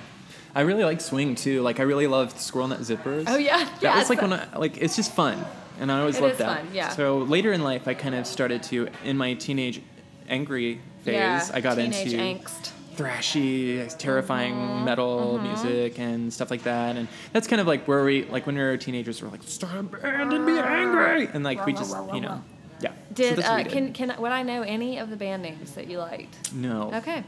Speaker 2: I really like swing too. Like I really loved squirrel nut zippers.
Speaker 1: Oh, yeah.
Speaker 2: That
Speaker 1: Yeah,
Speaker 2: was like
Speaker 1: it's-
Speaker 2: when I, like it's just fun, and I always
Speaker 1: It
Speaker 2: loved
Speaker 1: is
Speaker 2: that.
Speaker 1: fun, yeah.
Speaker 2: So later in life, I kind of started to in my teenage angry phase.
Speaker 1: yeah.
Speaker 2: I got
Speaker 1: teenage Mm-hmm,
Speaker 2: into
Speaker 1: angst.
Speaker 2: thrashy, terrifying metal music and stuff like that. And that's kind of like where we like when we were teenagers, we're like start a band and be angry, and like we
Speaker 1: Rah, rah,
Speaker 2: just
Speaker 1: rah, rah,
Speaker 2: you
Speaker 1: rah.
Speaker 2: know yeah. So
Speaker 1: Did,
Speaker 2: that's what
Speaker 1: uh,
Speaker 2: we did.
Speaker 1: can can would I know any of the band names that you liked?
Speaker 2: no
Speaker 1: Okay,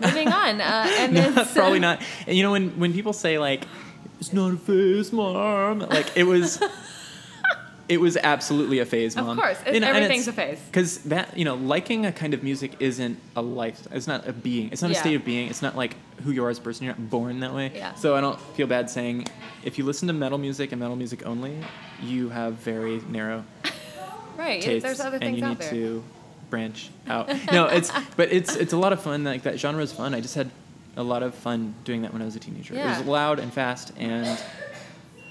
Speaker 1: moving on. Uh, and
Speaker 2: No,
Speaker 1: then
Speaker 2: probably not. And you know when when people say like it's not a phase, mom. Like it was, it was absolutely a phase,
Speaker 1: Of
Speaker 2: mom.
Speaker 1: course. It's- everything's a phase.
Speaker 2: Because that you know, liking a kind of music isn't a life. It's not a being. It's not
Speaker 1: Yeah.
Speaker 2: a state of being. It's not like who you are as a person. You're not born that way.
Speaker 1: Yeah.
Speaker 2: So I don't feel bad saying if you listen to metal music and metal music only, you have very narrow
Speaker 1: Right,
Speaker 2: tastes,
Speaker 1: there's other
Speaker 2: and
Speaker 1: things
Speaker 2: you
Speaker 1: out
Speaker 2: need
Speaker 1: there.
Speaker 2: to branch out. no, it's but it's it's a lot of fun. Like that genre is fun. I just had a lot of fun doing that when I was a teenager. It
Speaker 1: Yeah.
Speaker 2: was loud and fast, and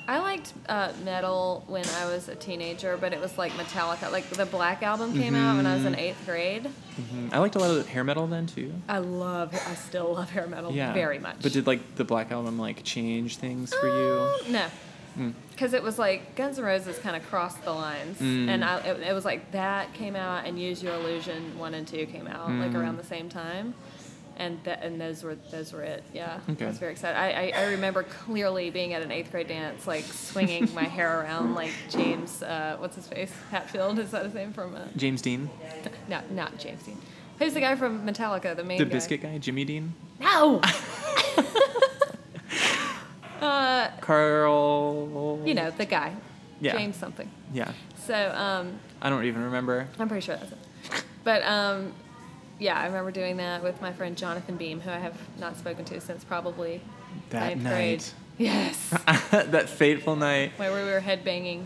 Speaker 1: I liked uh, metal when I was a teenager, but it was like Metallica. Like the Black album came out when I
Speaker 2: Mm-hmm.
Speaker 1: was in eighth grade.
Speaker 2: mhm. I liked a lot of hair metal then too.
Speaker 1: I love, I still love hair metal
Speaker 2: Yeah,
Speaker 1: very much.
Speaker 2: But did like the Black Album like change things for you? Hmm.
Speaker 1: Um, No. Because it was like Guns N' Roses kind of crossed the lines,
Speaker 2: Mm.
Speaker 1: and I, it, it was like that came out, and Use Your Illusion one and two came out
Speaker 2: Mm.
Speaker 1: like around the same time, and that and those were those were it. Yeah,
Speaker 2: Okay.
Speaker 1: I was very excited. I, I, I remember clearly being at an eighth grade dance, like swinging my hair around like James, uh, what's his face, Hatfield is that his name from? Uh,
Speaker 2: James Dean,
Speaker 1: no, not James Dean. Who's the guy from Metallica? The main
Speaker 2: the
Speaker 1: guy?
Speaker 2: biscuit guy, Jimmy Dean,
Speaker 1: No. Uh,
Speaker 2: Carl.
Speaker 1: you know the guy.
Speaker 2: Yeah.
Speaker 1: James something.
Speaker 2: Yeah,
Speaker 1: So um,
Speaker 2: I don't even remember.
Speaker 1: I'm pretty sure that's it. But um, yeah, I remember doing that with my friend Jonathan Beam, who I have not spoken to since probably
Speaker 2: That
Speaker 1: ninth grade.
Speaker 2: night,
Speaker 1: Yes,
Speaker 2: that fateful night.
Speaker 1: where we were headbanging.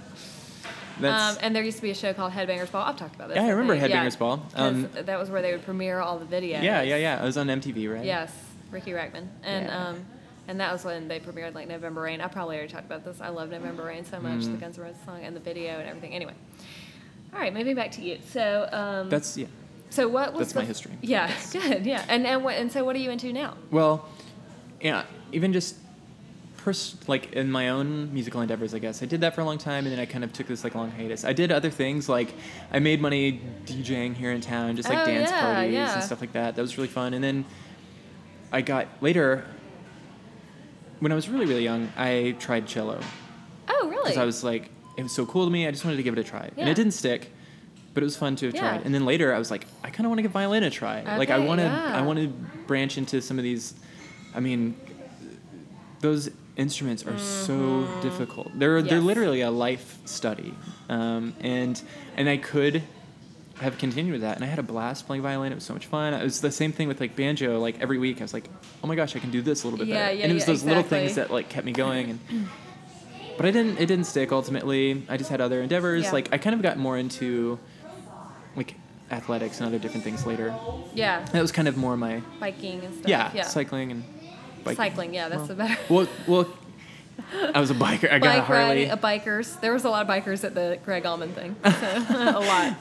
Speaker 2: That's
Speaker 1: Um, and there used to be a show called Headbangers Ball. I've talked about this.
Speaker 2: Yeah, I remember
Speaker 1: think.
Speaker 2: Headbangers Ball.
Speaker 1: 'cause
Speaker 2: Um,
Speaker 1: that was where they would premiere all the videos.
Speaker 2: yeah, yeah, yeah. It was on MTV, right?
Speaker 1: Yes, Ricky Rackman, and
Speaker 2: Yeah.
Speaker 1: um, and that was when they premiered like November Rain. I probably already talked about this. I love November Rain so much,
Speaker 2: Mm-hmm.
Speaker 1: the Guns N' Roses song and the video and everything. Anyway, all right, moving back to you. So um,
Speaker 2: That's yeah.
Speaker 1: so what was
Speaker 2: that's my
Speaker 1: the-
Speaker 2: history.
Speaker 1: Yeah, good. Yeah, and and what and so what are you into now?
Speaker 2: Well, yeah, even just pers- like in my own musical endeavors, I guess I did that for a long time, and then I kind of took this like long hiatus. I did other things, like I made money DJing here in town, just like
Speaker 1: Oh,
Speaker 2: dance
Speaker 1: yeah,
Speaker 2: parties
Speaker 1: yeah.
Speaker 2: and stuff like that. That was really fun. And then I got later when I was really really young, I tried cello
Speaker 1: Oh, really?
Speaker 2: because I was like it was so cool to me. I just wanted to give it a try, and
Speaker 1: Yeah.
Speaker 2: it didn't stick. But it was fun to have
Speaker 1: Yeah.
Speaker 2: tried. And then later, I was like, I kind of want to give violin a try. like I
Speaker 1: Okay,
Speaker 2: want to,
Speaker 1: yeah.
Speaker 2: I want to branch into some of these. I mean, those instruments are
Speaker 1: Mm-hmm.
Speaker 2: so difficult. They're they're
Speaker 1: Yes.
Speaker 2: literally a life study, um, and and I could have continued with that. And I had a blast playing violin. It was so much fun. It was the same thing with like banjo. Like every week, I was like, oh my gosh, I can do this a little bit
Speaker 1: Yeah,
Speaker 2: better.
Speaker 1: yeah,
Speaker 2: and it was
Speaker 1: yeah,
Speaker 2: those little
Speaker 1: exactly.
Speaker 2: things that like kept me going. And but I didn't. It didn't stick ultimately. I just had other endeavors.
Speaker 1: Yeah.
Speaker 2: Like I kind of got more into like athletics and other different things later.
Speaker 1: Yeah,
Speaker 2: That was kind of more my
Speaker 1: biking and stuff.
Speaker 2: yeah,
Speaker 1: yeah.
Speaker 2: cycling and biking.
Speaker 1: Cycling, yeah, that's
Speaker 2: well,
Speaker 1: the better.
Speaker 2: Well, well, I was a biker. I got a
Speaker 1: Bike
Speaker 2: Harley.
Speaker 1: riding, a bikers. There was a lot of bikers at the Greg Allman thing. So, a lot,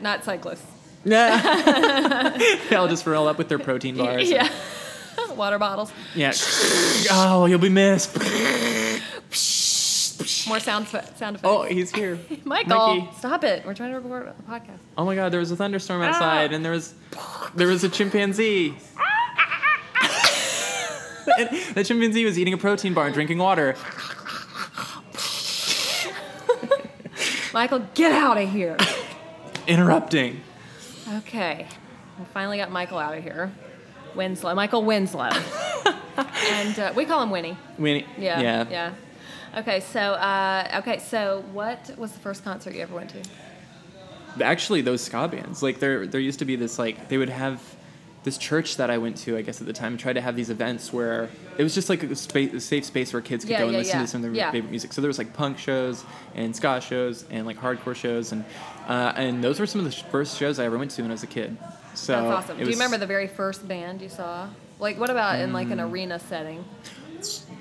Speaker 1: not cyclists.
Speaker 2: Yeah. They'll just roll up with their protein bars. and-
Speaker 1: Yeah, water bottles.
Speaker 2: yeah. oh, you'll be missed.
Speaker 1: More sound fe- sound effects.
Speaker 2: Oh, he's here.
Speaker 1: Michael,
Speaker 2: Mikey.
Speaker 1: stop it! We're trying to record a podcast.
Speaker 2: Oh my God, there was a thunderstorm outside, and there was there was a chimpanzee. and the chimpanzee was eating a protein bar and drinking water.
Speaker 1: Michael, get out of here.
Speaker 2: Interrupting.
Speaker 1: Okay. We finally got Michael out of here. Winslow. Michael Winslow. and uh, we call him Winnie.
Speaker 2: Winnie.
Speaker 1: Yeah.
Speaker 2: Yeah.
Speaker 1: Yeah. Okay, so uh, okay, so what was the first concert you ever went to?
Speaker 2: actually those ska bands like there there used to be this like they would have this church that I went to I guess at the time tried to have these events where it was just like a, space, a safe space where kids could
Speaker 1: Yeah,
Speaker 2: go and
Speaker 1: yeah,
Speaker 2: listen
Speaker 1: yeah.
Speaker 2: to some of their
Speaker 1: Yeah.
Speaker 2: favorite music so there was like punk shows and ska shows and like hardcore shows and uh, and those were some of the sh- first shows I ever went to when I was a kid so
Speaker 1: That's awesome.
Speaker 2: it
Speaker 1: Do you
Speaker 2: was-
Speaker 1: remember the very first band you saw? Like what about in like an
Speaker 2: Mm.
Speaker 1: arena setting?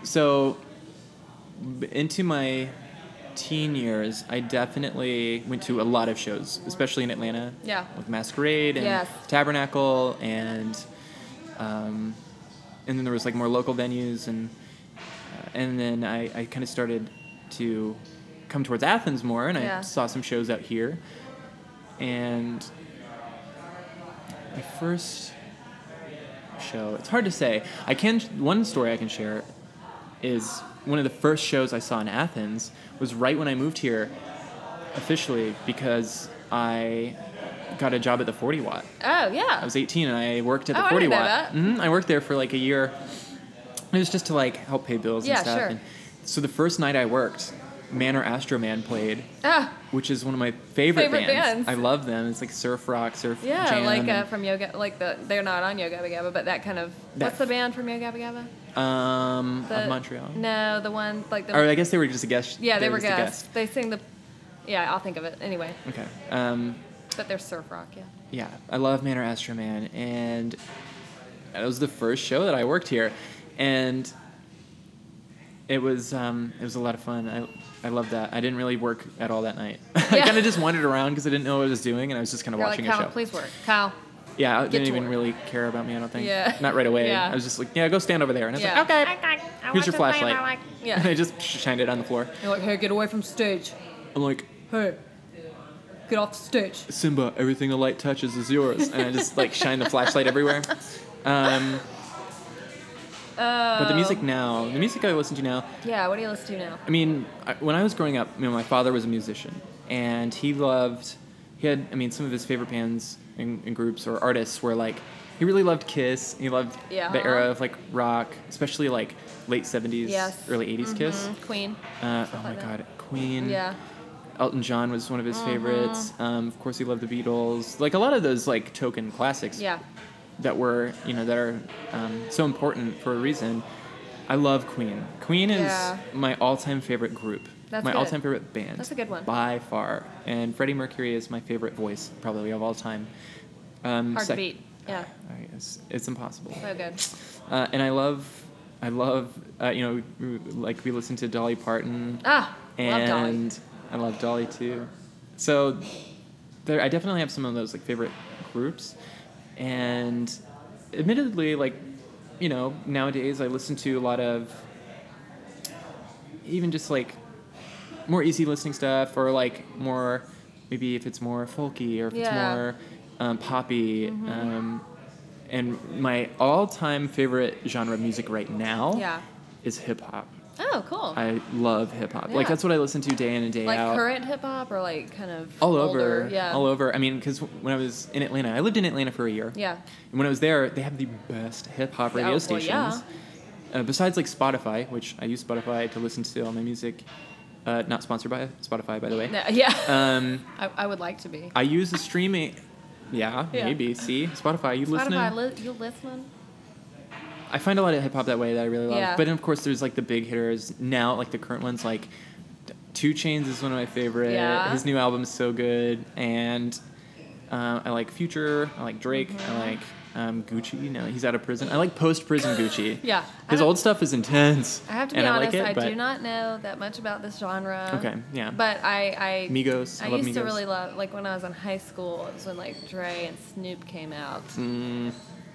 Speaker 2: so b- into my teen years I definitely went to a lot of shows especially in Atlanta
Speaker 1: Yeah.
Speaker 2: with Masquerade and
Speaker 1: Yes.
Speaker 2: Tabernacle and um, and then there was like more local venues and uh, and then I, I kind of started to come towards Athens more and
Speaker 1: Yeah.
Speaker 2: I saw some shows out here and my first show it's hard to say I can one story I can share is one of the first shows I saw in Athens was right when I moved here officially because I got a job at the 40 watt
Speaker 1: Oh yeah.
Speaker 2: I was 18 and I worked at the
Speaker 1: Oh, I
Speaker 2: 40
Speaker 1: didn't know that.
Speaker 2: watt. Mhm, I worked there for like a year. It was just to like help pay bills
Speaker 1: Yeah,
Speaker 2: and stuff.
Speaker 1: sure.
Speaker 2: And so the first night I worked, Manor Astroman played,
Speaker 1: Ah,
Speaker 2: which is one of my favorite,
Speaker 1: Favorite bands.
Speaker 2: I love them. It's like surf rock, surf
Speaker 1: yeah,
Speaker 2: jam.
Speaker 1: like uh,
Speaker 2: and,
Speaker 1: from Yoga like the they're not on Yoga Gabba Gabba, but that kind of
Speaker 2: That-
Speaker 1: what's the band from Yoga Gabba Gabba?
Speaker 2: um,
Speaker 1: The,
Speaker 2: of Montreal.
Speaker 1: No, the one like the
Speaker 2: Or I guess they were just a guest.
Speaker 1: Yeah, they, were
Speaker 2: just a
Speaker 1: guests. They sing the. Yeah, I'll think of it anyway.
Speaker 2: Okay. Um,
Speaker 1: But they're surf rock, yeah.
Speaker 2: yeah, I love Manor Astro Man, and that was the first show that I worked here, and it was um, it was a lot of fun. I I loved that. I didn't really work at all that night. I
Speaker 1: Yeah.
Speaker 2: kind of just wandered around because I didn't know what I was doing, and I was just kind of
Speaker 1: They're like,
Speaker 2: watching
Speaker 1: Kyle,
Speaker 2: a show.
Speaker 1: please work. Kyle.
Speaker 2: yeah, I
Speaker 1: get
Speaker 2: didn't
Speaker 1: to
Speaker 2: even
Speaker 1: work.
Speaker 2: really care about me. I don't think.
Speaker 1: Yeah.
Speaker 2: Not right away.
Speaker 1: Yeah.
Speaker 2: I was just like, yeah, go stand over there, and I was
Speaker 1: Yeah.
Speaker 2: like, okay. Here's your flashlight. And I
Speaker 1: Yeah.
Speaker 2: just shined it on the floor.
Speaker 1: You're like, hey, get away from stage.
Speaker 2: I'm like,
Speaker 1: Hey, get off the stage.
Speaker 2: Simba, everything the light touches is yours. And I just like shine the flashlight everywhere. Um, but the
Speaker 1: Oh.
Speaker 2: music now, the music I listen to now,
Speaker 1: Yeah, what do you listen to now?
Speaker 2: I mean, I, when I was growing up, you know, my father was a musician, and he loved. He had, I mean, some of his favorite bands and, and groups or artists were like, he really loved Kiss. He loved
Speaker 1: Yeah.
Speaker 2: the era of like rock, especially like late '70s,
Speaker 1: Yes.
Speaker 2: early '80s Kiss.
Speaker 1: Mm, Queen.
Speaker 2: Uh, oh my
Speaker 1: like that.
Speaker 2: God, Queen.
Speaker 1: Yeah.
Speaker 2: Elton John was one of his favorites.
Speaker 1: Mm-hmm.
Speaker 2: Um, of course, he loved the Beatles. Like a lot of those like token classics
Speaker 1: Yeah.
Speaker 2: that were you know that are um, so important for a reason. I love Queen. Queen is
Speaker 1: Yeah.
Speaker 2: my all-time favorite group.
Speaker 1: That's
Speaker 2: my
Speaker 1: good.
Speaker 2: all-time favorite band.
Speaker 1: That's a good one.
Speaker 2: By far, and Freddie Mercury is my favorite voice probably of all time. Um,
Speaker 1: Hard to
Speaker 2: sec-
Speaker 1: beat. Yeah.
Speaker 2: I guess it's impossible.
Speaker 1: So good.
Speaker 2: Uh, and I love, I love, uh, you know, we- like we listen to Dolly Parton
Speaker 1: Ah, love Dolly.
Speaker 2: and I love Dolly too. So there, I definitely have some of those like favorite groups, and admittedly, like you know, nowadays I listen to a lot of even just like more easy listening stuff, or like more maybe if it's more folky or if
Speaker 1: Yeah. Mm-hmm.
Speaker 2: it's more um, poppy. Um, and my all-time favorite genre of music right now
Speaker 1: Yeah.
Speaker 2: is hip hop.
Speaker 1: Oh, cool.
Speaker 2: Oh. I love hip hop.
Speaker 1: Yeah.
Speaker 2: Like that's what I listen to day in and day
Speaker 1: like
Speaker 2: out.
Speaker 1: current hip hop or like kind of.
Speaker 2: all
Speaker 1: older?
Speaker 2: over,
Speaker 1: Yeah.
Speaker 2: all over. I mean, because when I was in Atlanta, I lived in Atlanta for a year.
Speaker 1: Yeah.
Speaker 2: And when I was there, they have the best hip hop
Speaker 1: Oh,
Speaker 2: radio
Speaker 1: well,
Speaker 2: stations.
Speaker 1: yeah.
Speaker 2: Uh, besides like Spotify, which I use Spotify to listen to all my music, Uh, not sponsored by Spotify, by the way.
Speaker 1: No, yeah,
Speaker 2: Um,
Speaker 1: I, I would like to be.
Speaker 2: I use the streaming. Yeah,
Speaker 1: Yeah.
Speaker 2: maybe. See, Spotify. You listening?
Speaker 1: Spotify, li- you listening?
Speaker 2: I find a lot of hip hop that way that I really love.
Speaker 1: Yeah.
Speaker 2: But then, of course, there's like the big hitters now, like the current ones. Like Two Chains is one of my favorite.
Speaker 1: Yeah.
Speaker 2: His new album is so good, and uh, I like Future. I like Drake.
Speaker 1: Mm-hmm.
Speaker 2: I like um, Gucci. Now he's out of prison. I like post prison Gucci.
Speaker 1: Yeah. I
Speaker 2: His
Speaker 1: don't-
Speaker 2: old stuff is intense.
Speaker 1: I have to be
Speaker 2: and
Speaker 1: honest.
Speaker 2: I
Speaker 1: I,
Speaker 2: like it, but
Speaker 1: do not know that much about this genre.
Speaker 2: Okay, yeah.
Speaker 1: But I, I
Speaker 2: Migos. I,
Speaker 1: I,
Speaker 2: love
Speaker 1: used
Speaker 2: Migos.
Speaker 1: to really love like when I was in high school. It was when like Dre and Snoop came out,
Speaker 2: Mm,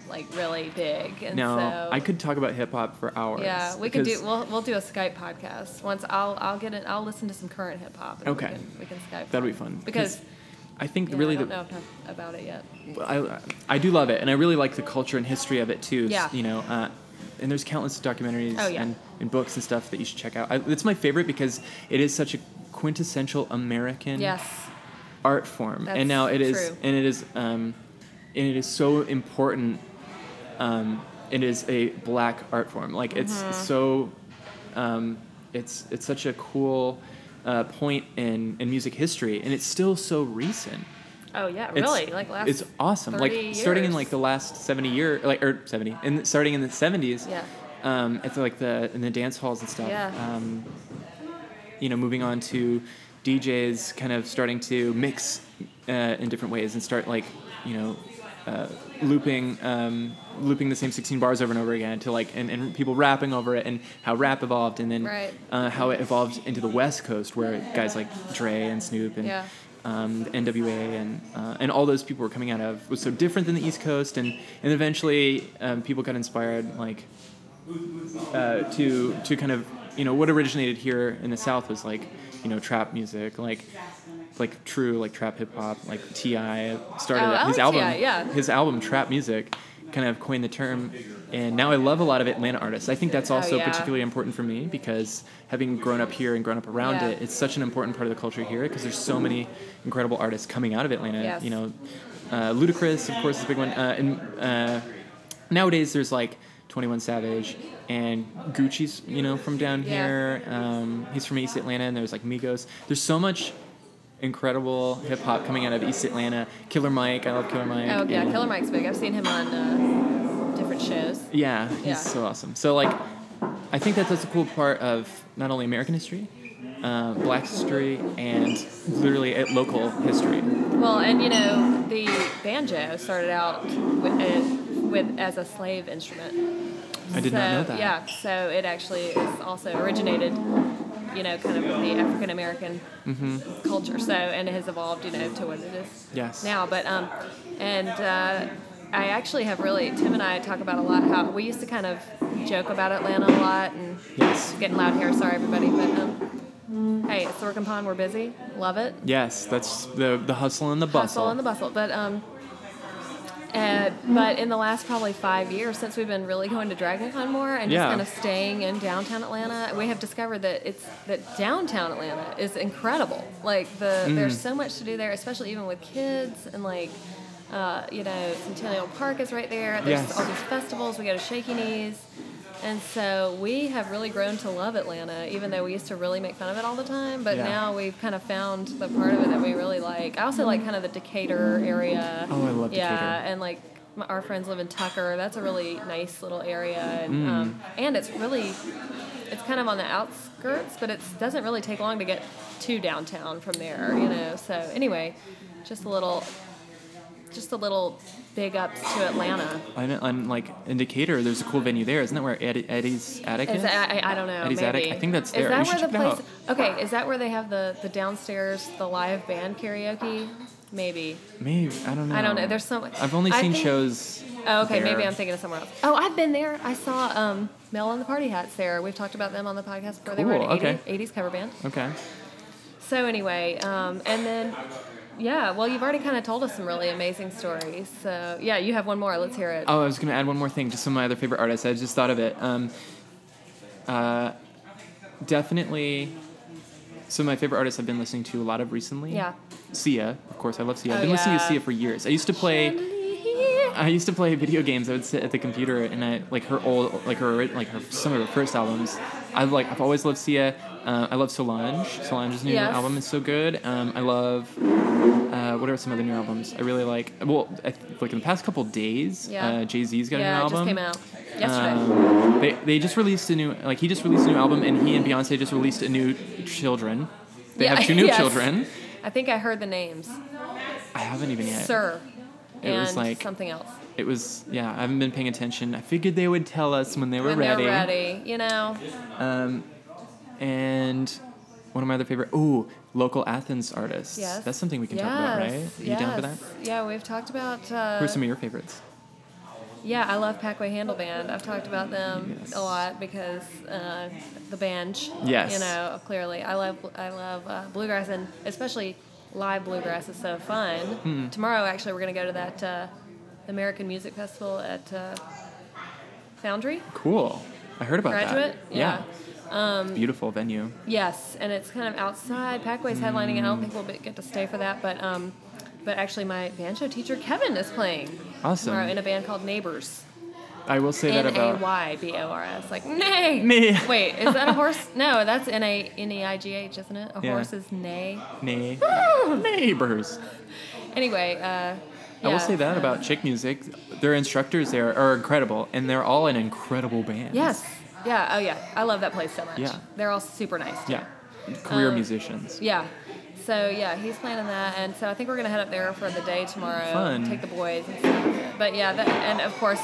Speaker 1: like really big. And
Speaker 2: no,
Speaker 1: so
Speaker 2: I could talk about hip hop for hours.
Speaker 1: Yeah, we could do.
Speaker 2: because-
Speaker 1: We'll, we'll do a Skype podcast once. I'll I'll get it. I'll listen to some current hip hop. and
Speaker 2: Okay.
Speaker 1: we can, we can Skype.
Speaker 2: That'd be fun
Speaker 1: because
Speaker 2: I think
Speaker 1: yeah,
Speaker 2: really
Speaker 1: I don't
Speaker 2: the,
Speaker 1: know enough about it yet.
Speaker 2: I, I do love it, and I really like the culture and history of it too. It's,
Speaker 1: Yeah.
Speaker 2: You know, uh, and there's countless documentaries
Speaker 1: Oh, yeah.
Speaker 2: and, and books and stuff that you should check out. I, it's my favorite because it is such a quintessential American
Speaker 1: Yes,
Speaker 2: art form,
Speaker 1: That's
Speaker 2: and now it is,
Speaker 1: true.
Speaker 2: and it is, um, and it is so important. Um, it is a black art form. Like
Speaker 1: Mm-hmm.
Speaker 2: it's so, um, it's it's such a cool uh, point in in music history, and it's still so recent.
Speaker 1: Oh yeah,
Speaker 2: It's-
Speaker 1: really? Like last.
Speaker 2: It's awesome. Like
Speaker 1: 30
Speaker 2: starting in
Speaker 1: years.
Speaker 2: like the last seventy year, like or seventy, and starting in the seventies.
Speaker 1: Yeah.
Speaker 2: Um, it's like the in the dance halls and stuff.
Speaker 1: Yeah.
Speaker 2: Um, you know, moving on to DJs, kind of starting to mix uh, in different ways and start like you know. Uh, looping, um, looping the same 16 bars over and over again to like, and, and people rapping over it, and how rap evolved, and then
Speaker 1: Right.
Speaker 2: uh, how it evolved into the West Coast, where guys like Dre and Snoop and
Speaker 1: Yeah.
Speaker 2: um, the NWA and uh, and all those people were coming out of was so different than the East Coast, and and eventually um, people got inspired like uh, to to kind of you know what originated here in the South was like you know trap music like like true like trap hip hop like Ti started
Speaker 1: Oh, I
Speaker 2: his
Speaker 1: like
Speaker 2: album
Speaker 1: T.I., yeah.
Speaker 2: his album trap music kind of coined the term and now I love a lot of Atlanta artists I think that's also
Speaker 1: Oh, yeah.
Speaker 2: particularly important for me because having grown up here and grown up around
Speaker 1: Yeah.
Speaker 2: it it's such an important part of the culture here because there's so many incredible artists coming out of Atlanta
Speaker 1: Yes.
Speaker 2: you know uh, Ludacris of course is a big one uh, and uh, nowadays there's like 21 Savage and Gucci's, you know, from down
Speaker 1: Yeah.
Speaker 2: here. Um, he's from East Atlanta, and there's like Migos. There's so much incredible hip hop coming out of East Atlanta. Killer Mike, I love Killer Mike.
Speaker 1: Oh yeah,
Speaker 2: and-
Speaker 1: Killer Mike's big. I've seen him on uh, different shows.
Speaker 2: Yeah, he's
Speaker 1: Yeah.
Speaker 2: so awesome. So like, I think that that's a cool part of not only American history, uh, Black history, and literally uh, local history.
Speaker 1: Well, and you know the banjo started out with, uh, with as a slave instrument.
Speaker 2: I did
Speaker 1: so,
Speaker 2: not know that.
Speaker 1: Yeah, so it actually is also originated, you know, kind of with the African American
Speaker 2: Mm-hmm.
Speaker 1: culture. So, and it has evolved, you know, to what it is
Speaker 2: Yes.
Speaker 1: now. But, um, and uh, I actually have really, Tim and I talk about a lot how we used to kind of joke about Atlanta a lot and
Speaker 2: Yes.
Speaker 1: getting loud here. Sorry, everybody. But, um, hey, it's Orkin Pond. We're busy. Love it
Speaker 2: Yes, that's the the hustle and the bustle.
Speaker 1: hustle and the bustle. But um, uh, but in the last probably five years since we've been really going to DragonCon more and
Speaker 2: Yeah.
Speaker 1: just kind of staying in downtown Atlanta, we have discovered that it's that downtown Atlanta is incredible. Like the
Speaker 2: Mm.
Speaker 1: there's so much to do there, especially even with kids and like. Uh, you know, Centennial Park is right there. There's
Speaker 2: Yes.
Speaker 1: all these festivals. We go to Shaky Knees. And so we have really grown to love Atlanta, even though we used to really make fun of it all the time. But
Speaker 2: Yeah.
Speaker 1: now we've kind of found the part of it that we really like. I also like kind of the Decatur area.
Speaker 2: Oh, I love
Speaker 1: Yeah,
Speaker 2: Decatur.
Speaker 1: and like my, our friends live in Tucker. That's a really nice little area,
Speaker 2: Mm.
Speaker 1: and um, and it's really it's kind of on the outskirts, but it doesn't really take long to get to downtown from there. You know. So anyway, just a little, just a little big ups to Atlanta.
Speaker 2: I know, on like Indicator, there's a cool venue there, isn't that where Eddie, Eddie's attic is?
Speaker 1: Is that, I, I don't know.
Speaker 2: Eddie's
Speaker 1: maybe.
Speaker 2: Attic? I think that's there.
Speaker 1: Is
Speaker 2: You
Speaker 1: that
Speaker 2: should
Speaker 1: where the
Speaker 2: check
Speaker 1: place?
Speaker 2: it
Speaker 1: Okay, is that where they have the the downstairs the live band karaoke? Maybe.
Speaker 2: Maybe I don't know.
Speaker 1: I don't know. There's so much.
Speaker 2: I've only
Speaker 1: I
Speaker 2: seen
Speaker 1: think-
Speaker 2: shows.
Speaker 1: Oh, okay. Maybe
Speaker 2: there.
Speaker 1: I'm thinking of somewhere else. Oh, I've been there. I saw um, Mel and the Party Hats there. We've talked about them on the podcast before. They were
Speaker 2: Cool,
Speaker 1: an 80,
Speaker 2: okay.
Speaker 1: 80s cover band.
Speaker 2: Okay.
Speaker 1: So anyway, um, and then yeah. Well, you've already kind of told us some really amazing stories. So yeah, you have one more. Let's hear it.
Speaker 2: Oh, I was gonna add one more thing. Just some of my other favorite artists. I just thought of it. Um, uh, definitely. Some of my favorite artists I've been listening to a lot of recently.
Speaker 1: Yeah.
Speaker 2: Sia, of course. I love Sia. I've
Speaker 1: Oh,
Speaker 2: been listening to
Speaker 1: yeah.
Speaker 2: Sia for years. I used to play.
Speaker 1: Chandelier.
Speaker 2: I used to play video games. I would sit at the computer and I like her old, like her, ori- like her some of her first albums. I've like I've always loved Sia. Uh, I love Solange. Solange's new
Speaker 1: Yes.
Speaker 2: album is so good. Um, I love. Uh, what are some other new albums? I really like. Well, I, th- like in the past couple days,
Speaker 1: Yeah.
Speaker 2: uh, Jay Z's got a new
Speaker 1: yeah, it
Speaker 2: album.
Speaker 1: just came out yesterday.
Speaker 2: Um, they, they just released a new like he just released a new album and he and Beyonce just released a new children. They
Speaker 1: Yeah,
Speaker 2: have two new
Speaker 1: yes.
Speaker 2: children.
Speaker 1: I think I heard the names,
Speaker 2: I haven't even yet.
Speaker 1: Sir,
Speaker 2: It
Speaker 1: and
Speaker 2: was like-
Speaker 1: something else.
Speaker 2: It was yeah. I haven't been paying attention. I figured they would tell us when they were
Speaker 1: When
Speaker 2: ready.
Speaker 1: they're ready, you know.
Speaker 2: And one of my other favorite ooh local Athens artists.
Speaker 1: Yes.
Speaker 2: That's something we can
Speaker 1: yes.
Speaker 2: talk about, right? Are you down for that?
Speaker 1: yes. Yeah, we've talked about. Uh,
Speaker 2: Who are some of your favorites?
Speaker 1: Yeah, I love Packway Handle Band. I've talked about them
Speaker 2: Yes.
Speaker 1: a lot because uh, the bench.
Speaker 2: Yes.
Speaker 1: You know, clearly, I love I love uh, bluegrass and especially live bluegrass is so fun.
Speaker 2: Mm-hmm.
Speaker 1: Tomorrow, actually, we're going to go to that uh, American Music Festival at uh, Foundry
Speaker 2: Cool. I heard about
Speaker 1: Graduate.
Speaker 2: that. It's a beautiful venue.
Speaker 1: Yes, and it's kind of outside. Packway's headlining. and I don't think we'll be, get to stay for that, but um, but actually, my banjo teacher Kevin is playing
Speaker 2: Awesome.
Speaker 1: tomorrow in a band called Neighbors.
Speaker 2: I will say
Speaker 1: N
Speaker 2: that
Speaker 1: A
Speaker 2: about
Speaker 1: Y B O R S. Like, nay.
Speaker 2: Nay.
Speaker 1: Wait, is that a horse? No, that's N A N E I G H, isn't it? A
Speaker 2: Yeah.
Speaker 1: horse is nay.
Speaker 2: Nay. neighbors.
Speaker 1: Anyway, uh,
Speaker 2: I
Speaker 1: yeah.
Speaker 2: will say that about chick music. Their instructors there are incredible, and they're all an incredible band.
Speaker 1: Yes. Yeah. Oh, yeah. I love that place so much.
Speaker 2: Yeah.
Speaker 1: They're all super nice. too.
Speaker 2: Yeah. Career
Speaker 1: Um,
Speaker 2: musicians.
Speaker 1: Yeah. So yeah, he's planning that, and so I think we're gonna head up there for the day tomorrow.
Speaker 2: Fun.
Speaker 1: Take the boys. And stuff. But yeah, that, and of course,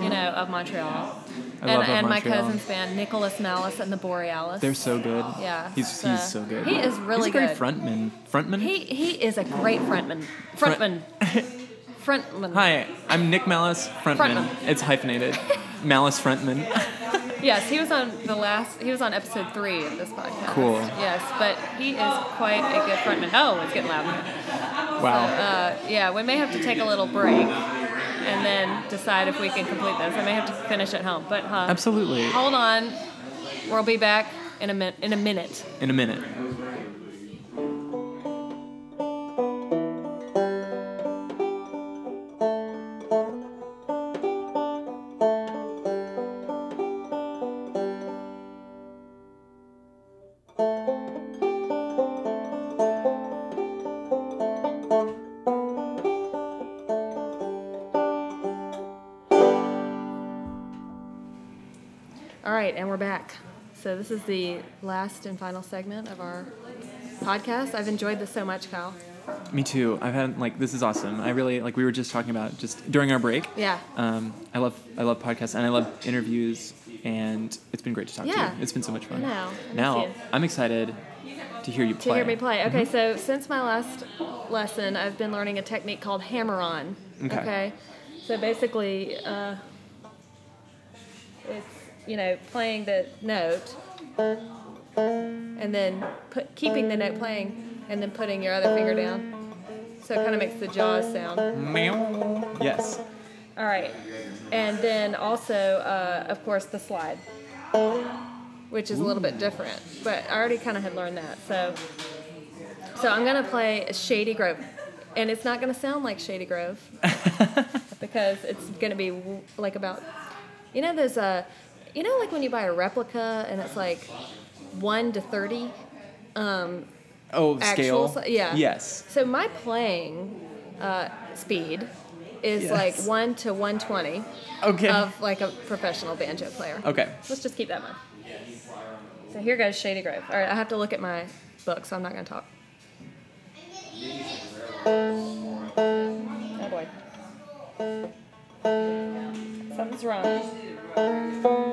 Speaker 1: you know, of Montreal. and
Speaker 2: love Of
Speaker 1: and my
Speaker 2: Montreal.
Speaker 1: cousin's band, Nicholas Malice and the Borealis.
Speaker 2: They're so good.
Speaker 1: Yeah,
Speaker 2: He's,
Speaker 1: so-
Speaker 2: he's so good.
Speaker 1: he is really
Speaker 2: He's a great
Speaker 1: good.
Speaker 2: frontman. Frontman?
Speaker 1: he he is a great frontman.
Speaker 2: Front-
Speaker 1: Frontman. frontman.
Speaker 2: Hi, I'm Nick Malice, frontman.
Speaker 1: Frontman.
Speaker 2: It's hyphenated. Malice frontman.
Speaker 1: Yes, he was on the last. He was on episode three of this podcast.
Speaker 2: Cool.
Speaker 1: Yes, but he is quite a good frontman. Oh, it's getting loud.
Speaker 2: Wow.
Speaker 1: Uh, yeah, we may have to take a little break and then decide if we can complete this. I may have to finish at home, but uh,
Speaker 2: Absolutely.
Speaker 1: Hold on, we'll be back in a min- in a minute.
Speaker 2: In a minute.
Speaker 1: All right, and we're back. So this is the last and final segment of our podcast. I've enjoyed this so much, Kyle.
Speaker 2: Me too. I've had like this is awesome. I really like we were just talking about just during our break.
Speaker 1: Yeah.
Speaker 2: Um, I love I love podcasts and I love interviews and it's been great to talk
Speaker 1: Yeah.
Speaker 2: to you. It's been so much fun.
Speaker 1: I know. I miss
Speaker 2: Now
Speaker 1: you.
Speaker 2: I'm excited to hear you
Speaker 1: To
Speaker 2: play.
Speaker 1: hear me play. Okay, so since my last lesson, I've been learning a technique called hammer on.
Speaker 2: Okay.
Speaker 1: So basically, uh, it's, you know, playing the note and then put, keeping the note playing and then putting your other finger down. So it kind of makes the jaws sound.
Speaker 2: Meow. Yes.
Speaker 1: All right. And then also, uh, of course, the slide, which is a little bit different. But I already kind of had learned that. So, so I'm gonna play Shady Grove, and it's not gonna sound like Shady Grove because it's gonna be w- like about, you know, there's a, you know, like when you buy a replica and it's like one to thirty.
Speaker 2: Oh,
Speaker 1: Actual
Speaker 2: scale.
Speaker 1: si- yeah.
Speaker 2: Yes.
Speaker 1: So my playing uh, speed is
Speaker 2: Yes.
Speaker 1: like one to one twenty
Speaker 2: Okay.
Speaker 1: of like a professional banjo player.
Speaker 2: okay.
Speaker 1: Let's just keep that in mind. So here goes Shady Grove. All right, I have to look at my book, so I'm not going to talk. Oh boy. Something's wrong.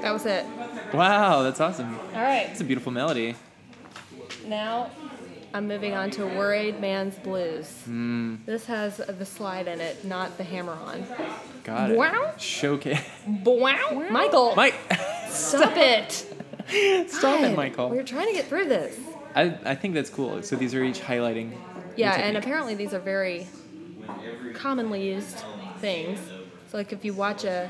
Speaker 1: That was it.
Speaker 2: Wow, that's awesome.
Speaker 1: All right,
Speaker 2: It's a beautiful melody.
Speaker 1: now I'm moving on to Worried Man's Blues. This has the slide in it, not the hammer on.
Speaker 2: Got it.
Speaker 1: Wow.
Speaker 2: Showcase.
Speaker 1: Wow. Michael,
Speaker 2: Mike.
Speaker 1: stop it.
Speaker 2: Stop
Speaker 3: God,
Speaker 2: it, Michael.
Speaker 3: We're trying to get through this.
Speaker 2: I, I think that's cool. So these are each highlighting.
Speaker 1: Yeah,
Speaker 2: your
Speaker 1: and
Speaker 2: technique.
Speaker 1: apparently these are very commonly used things. So like if you watch a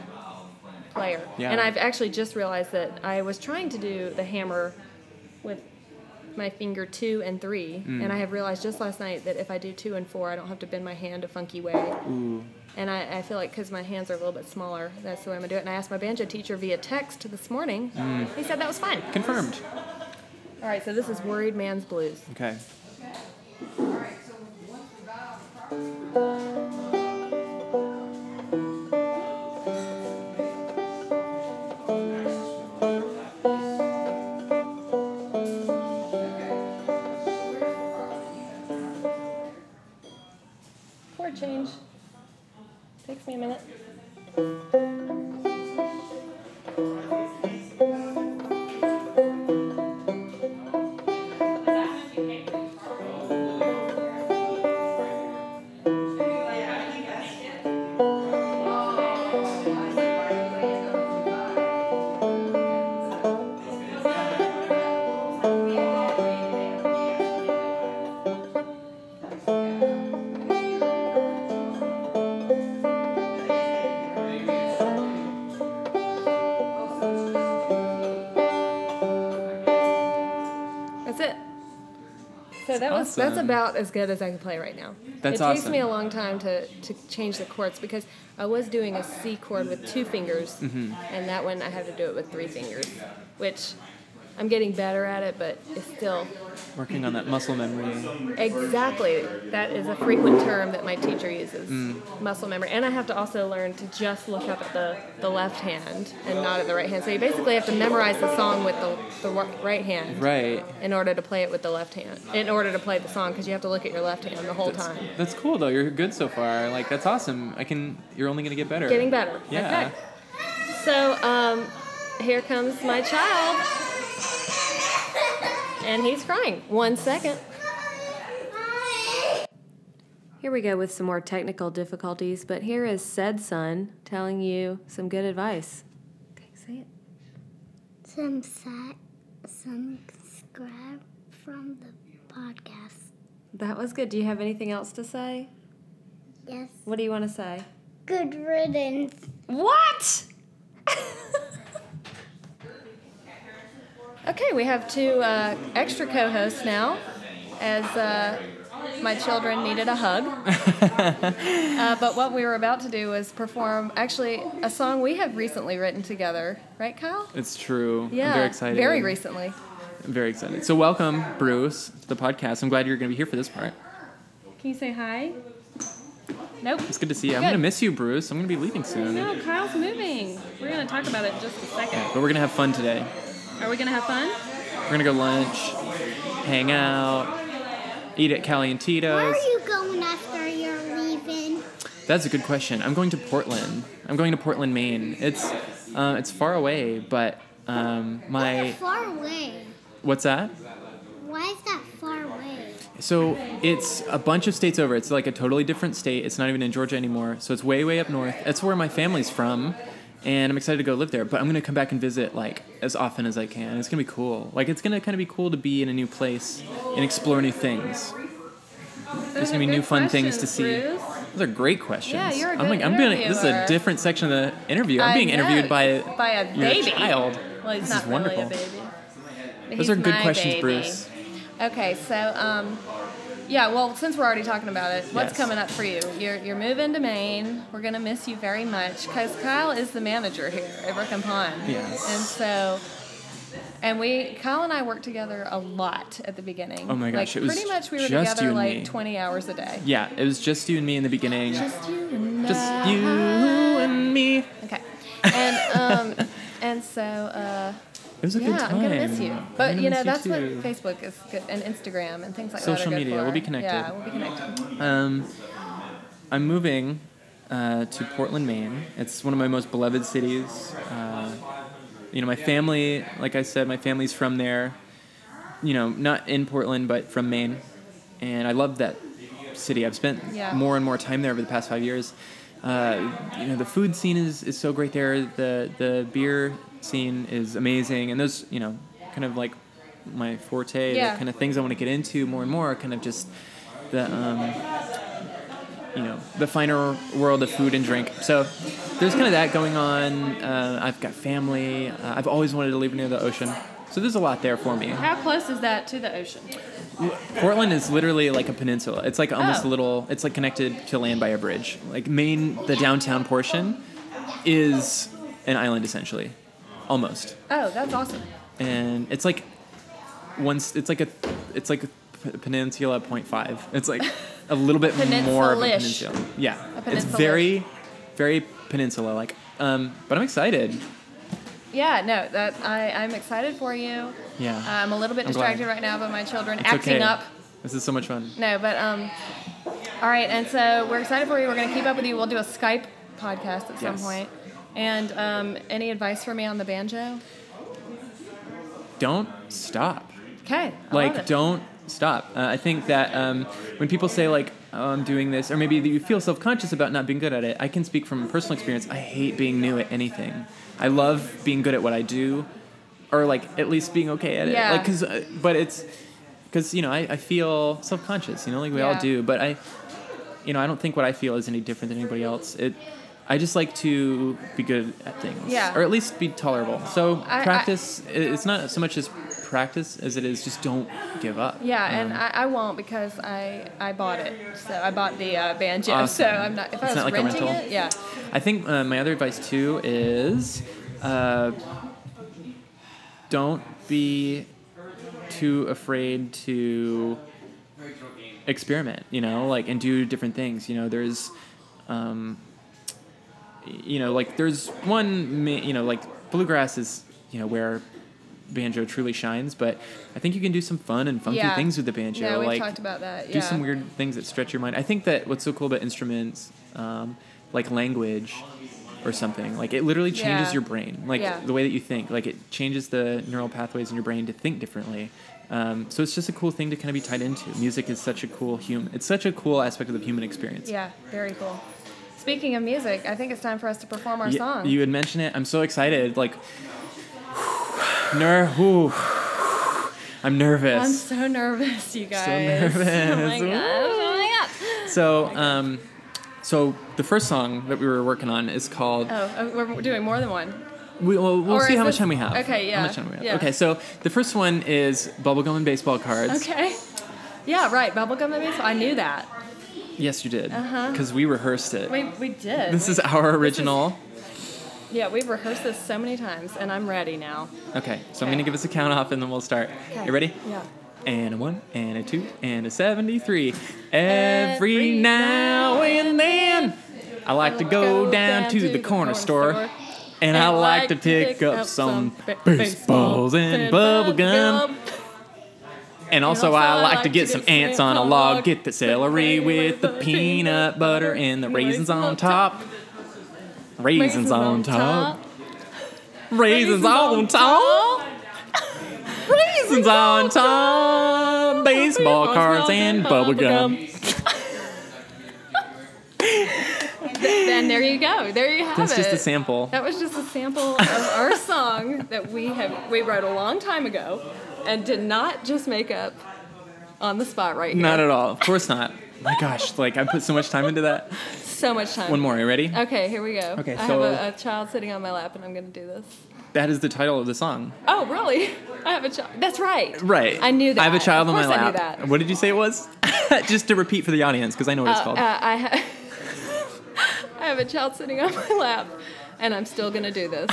Speaker 1: player,
Speaker 2: Yeah.
Speaker 1: and I've actually just realized that I was trying to do the hammer with my finger two and three, and I have realized just last night that if I do two and four, I don't have to bend my hand a funky way.
Speaker 2: Ooh,
Speaker 1: And I, I feel like because my hands are a little bit smaller, that's the way I'm gonna do it. And I asked my banjo teacher via text this morning. He said that was fine.
Speaker 2: confirmed.
Speaker 1: All right, so this is Worried Man's Blues.
Speaker 2: Okay.
Speaker 1: Chord change. Takes me a minute. That's it. So that was that's
Speaker 2: awesome.
Speaker 1: about as good as I can play right now.
Speaker 2: That's
Speaker 1: it takes me a
Speaker 2: awesome.
Speaker 1: long time to, to change the chords because I was doing a C chord with two fingers,
Speaker 2: Mm-hmm.
Speaker 1: and that one I had to do it with three fingers, which I'm getting better at it, but it's still
Speaker 2: Working on that muscle memory.
Speaker 1: exactly that is a frequent term that my teacher uses,
Speaker 2: Mm.
Speaker 1: muscle memory. And I have to also learn to just look up at the, the left hand and not at the right hand. So you basically have to memorize the song with the the wa- right hand
Speaker 2: Right.
Speaker 1: in order to play it with the left hand. In order to play the song, because you have to look at your left hand the whole
Speaker 2: That's,
Speaker 1: time.
Speaker 2: that's cool though. You're good so far. Like that's awesome. I can. You're only gonna get better.
Speaker 1: Getting better.
Speaker 2: Yeah.
Speaker 1: Okay. So um, here comes my child, and he's crying. One second.
Speaker 3: Here we go with some more technical difficulties, but here is said son telling you some good advice. Okay, say it.
Speaker 4: Some sat, some subscribe from the podcast.
Speaker 3: That was good. Do you have anything else to say?
Speaker 4: Yes.
Speaker 3: What do you want to say?
Speaker 4: Good riddance.
Speaker 3: What?
Speaker 1: Okay, we have two uh, extra co-hosts now, as uh, my children needed a hug. uh, but what we were about to do was perform actually a song we have recently written together, right, Kyle?
Speaker 2: It's true.
Speaker 1: Yeah,
Speaker 2: I'm very excited.
Speaker 1: Very recently.
Speaker 2: I'm very excited. So welcome, Bruce, to the podcast. I'm glad you're gonna be here for this part.
Speaker 1: Can you say hi? Nope.
Speaker 2: It's good to see you. I'm
Speaker 1: Good.
Speaker 2: gonna miss you, Bruce. I'm gonna be leaving soon.
Speaker 1: No, Kyle's moving. We're gonna talk about it in just a
Speaker 2: Yeah,
Speaker 1: second.
Speaker 2: but we're gonna have fun today.
Speaker 1: Are we gonna have fun?
Speaker 2: We're gonna go lunch, hang out, eat at Cali and
Speaker 4: Where
Speaker 2: Tito's.
Speaker 4: are you going after you're leaving?
Speaker 2: That's a good question. I'm going to Portland. I'm going to Portland, Maine. It's uh, it's far away, but um,
Speaker 4: You're
Speaker 2: my
Speaker 4: far away.
Speaker 2: what's that?
Speaker 4: Why is that far away?
Speaker 2: So it's a bunch of states over. It's like a totally different state. It's not even in Georgia anymore. So it's way, way up north. That's where my family's from, and I'm excited to go live there. But I'm gonna come back and visit like as often as I can. It's gonna be cool. Like it's gonna kind of be cool to be in a new place and explore new things. There's gonna be new fun things to see. Those are great questions.
Speaker 1: Yeah, you're a
Speaker 2: I'm
Speaker 1: good
Speaker 2: like I'm being this is a
Speaker 1: interviewer.
Speaker 2: different section of the interview. I'm being interviewed by
Speaker 1: by a
Speaker 2: your
Speaker 1: baby.
Speaker 2: child.
Speaker 1: Well, he's
Speaker 2: this
Speaker 1: not
Speaker 2: is wonderful.
Speaker 1: really a baby. But
Speaker 2: Those
Speaker 1: he's
Speaker 2: are good
Speaker 1: my
Speaker 2: questions,
Speaker 1: baby.
Speaker 2: Bruce.
Speaker 1: Okay, so um, yeah. Well, since we're already talking about it, what's
Speaker 2: Yes.
Speaker 1: coming up for you? You're you're moving to Maine. We're gonna miss you very much because Kyle is the manager here at Rickham Pond.
Speaker 2: Yes.
Speaker 1: And so. And we, Kyle and I worked together a lot at the beginning.
Speaker 2: Oh my gosh,
Speaker 1: like,
Speaker 2: it was
Speaker 1: pretty much we were
Speaker 2: just
Speaker 1: together
Speaker 2: you and
Speaker 1: like
Speaker 2: me.
Speaker 1: 20 hours a day.
Speaker 2: Yeah, it was just you and me in the beginning.
Speaker 1: Just you and
Speaker 2: Just
Speaker 1: I.
Speaker 2: you and me. It
Speaker 1: Okay. And um, and so uh,
Speaker 2: was a good
Speaker 1: yeah,
Speaker 2: time.
Speaker 1: I'm gonna miss you.
Speaker 2: I'm
Speaker 1: But
Speaker 2: gonna
Speaker 1: you know
Speaker 2: miss
Speaker 1: that's what
Speaker 2: too.
Speaker 1: Facebook is good and Instagram and things like that.
Speaker 2: Social
Speaker 1: are good
Speaker 2: media,
Speaker 1: for.
Speaker 2: we'll be connected.
Speaker 1: Yeah, we'll be connected.
Speaker 2: Um, I'm moving uh, to Portland, Maine. It's one of my most beloved cities. Uh, you know, my family, like I said, my family's from there. You know, not in Portland, but from Maine, and I love that city. I've spent
Speaker 1: Yeah.
Speaker 2: more and more time there over the past five years. Uh, you know, the food scene is, is so great there. The the beer scene is amazing, and those you know kind of like my forte,
Speaker 1: Yeah.
Speaker 2: the kind of things I want to get into more and more, are kind of just the um, you know the finer world of food and drink. So there's kind of that going on. Uh, I've got family. Uh, I've always wanted to live near the ocean. So there's a lot there for me.
Speaker 1: How close is that to the ocean?
Speaker 2: Portland is literally like a peninsula. It's like almost
Speaker 1: Oh.
Speaker 2: a little. It's like connected to land by a bridge. Like Maine, the downtown portion, is an island essentially, almost.
Speaker 1: Oh, that's awesome.
Speaker 2: And it's like once. It's like a. It's like a p- peninsula point five. It's like a little bit more of a
Speaker 1: Peninsula-ish.
Speaker 2: peninsula. Yeah, it's
Speaker 1: peninsula-ish.
Speaker 2: very, very peninsula like. Um, but I'm excited.
Speaker 1: Yeah, no, that I, I'm excited for you.
Speaker 2: Yeah.
Speaker 1: I'm a little bit
Speaker 2: I'm glad.
Speaker 1: distracted right now by my children
Speaker 2: It's
Speaker 1: Um, acting
Speaker 2: okay.
Speaker 1: up.
Speaker 2: This is so much fun.
Speaker 1: No, but um, all right, and so we're excited for you. We're gonna keep up with you. We'll do a Skype podcast at some
Speaker 2: Yes.
Speaker 1: point. And um, any advice for me on the banjo?
Speaker 2: Don't stop.
Speaker 1: Okay, I love
Speaker 2: like
Speaker 1: it.
Speaker 2: don't stop uh, i think that um, when people say like oh, i'm doing this or maybe that you feel self-conscious about not being good at it i can speak from personal experience i hate being new at anything i love being good at what i do or like at least being okay at it
Speaker 1: Yeah.
Speaker 2: like because but it's because you know I, I feel self-conscious you know like we
Speaker 1: Yeah.
Speaker 2: all do but i you know i don't think what i feel is any different than anybody else it i just like to be good at things
Speaker 1: Yeah.
Speaker 2: or at least be tolerable so
Speaker 1: I- I-
Speaker 2: practice i- it's not so much as practice as it is just don't give up
Speaker 1: Yeah, and
Speaker 2: Um,
Speaker 1: I, I won't because I, I bought it. So I bought the uh, banjo. So
Speaker 2: Awesome.
Speaker 1: I'm not. If I was
Speaker 2: It's not like a
Speaker 1: renting
Speaker 2: rental.
Speaker 1: it, yeah.
Speaker 2: I think uh, my other advice too is uh, don't be too afraid to experiment, you know, like and do different things. You know, there's, um, you know, like there's one, ma- you know, like bluegrass is, you know, where banjo truly shines, but I think you can do some fun and funky
Speaker 1: yeah.
Speaker 2: things with the banjo.
Speaker 1: Yeah, we
Speaker 2: like,
Speaker 1: talked about that. Yeah.
Speaker 2: do some weird things that stretch your mind. I think that what's so cool about instruments, um, like language or something, like it literally changes
Speaker 1: Yeah.
Speaker 2: your brain, like
Speaker 1: Yeah.
Speaker 2: the way that you think. Like it changes the neural pathways in your brain to think differently. Um, so it's just a cool thing to kind of be tied into. Music is such a cool human. It's such a cool aspect of the human experience.
Speaker 1: Yeah, very cool. Speaking of music, I think it's time for us to perform our
Speaker 2: Y-
Speaker 1: song.
Speaker 2: You had mentioned it. I'm so excited. Like, ner. whew. I'm nervous.
Speaker 1: I'm so nervous, you guys. Oh my
Speaker 2: nervous.
Speaker 1: gosh! Oh my gosh!
Speaker 2: so, um, so the first song that we were working on is called
Speaker 1: Oh, oh, we're doing more than one.
Speaker 2: We, well, we'll
Speaker 1: Or
Speaker 2: see
Speaker 1: is
Speaker 2: how
Speaker 1: this-
Speaker 2: much time we have.
Speaker 1: okay, yeah,
Speaker 2: How much time we have.
Speaker 1: yeah.
Speaker 2: Okay, so the first one is bubblegum and baseball cards.
Speaker 1: Okay. Yeah, right. Bubblegum and baseball. I knew that.
Speaker 2: Yes, you did. Because we rehearsed it.
Speaker 1: We, we did.
Speaker 2: Uh-huh. This is our original.
Speaker 1: yeah, we've rehearsed this so many times, and I'm ready now.
Speaker 2: Okay, so I'm going to give us a count off and then we'll start. You ready?
Speaker 1: Yeah.
Speaker 2: And a one, and a two, and a 73. Every, now and then, I like to go, down, to the, corner store. And, I like to pick, up, some
Speaker 1: ba-
Speaker 2: baseballs and bubble gum. And also, I like to get some ants on a log, get the celery with the peanut butter and the raisins on top. Raisins on top. Raisins on top. Raisins on top. Baseball cards and bubble gum.
Speaker 1: Then there you go. There you have
Speaker 2: That's
Speaker 1: it.
Speaker 2: just a sample.
Speaker 1: That was just a sample of our song that we have we wrote a long time ago, and did not just make up on the spot right here.
Speaker 2: Not at all. Of course not. My gosh, like I put so much time into that.
Speaker 1: So much time.
Speaker 2: One more, you ready?
Speaker 1: Okay, here we go.
Speaker 2: Okay,
Speaker 1: I
Speaker 2: so-
Speaker 1: have a, a child sitting on my lap, and I'm gonna do this.
Speaker 2: That is the title of the song.
Speaker 1: Oh, really? I have a child. That's right.
Speaker 2: Right.
Speaker 1: I knew that.
Speaker 2: I have a child
Speaker 1: Of
Speaker 2: on my
Speaker 1: course I
Speaker 2: lap.
Speaker 1: knew that.
Speaker 2: What did you say it was? Just to repeat for the audience, because I know what it's
Speaker 1: Uh,
Speaker 2: called.
Speaker 1: uh, I have. I have a child sitting on my lap, and I'm still gonna do this.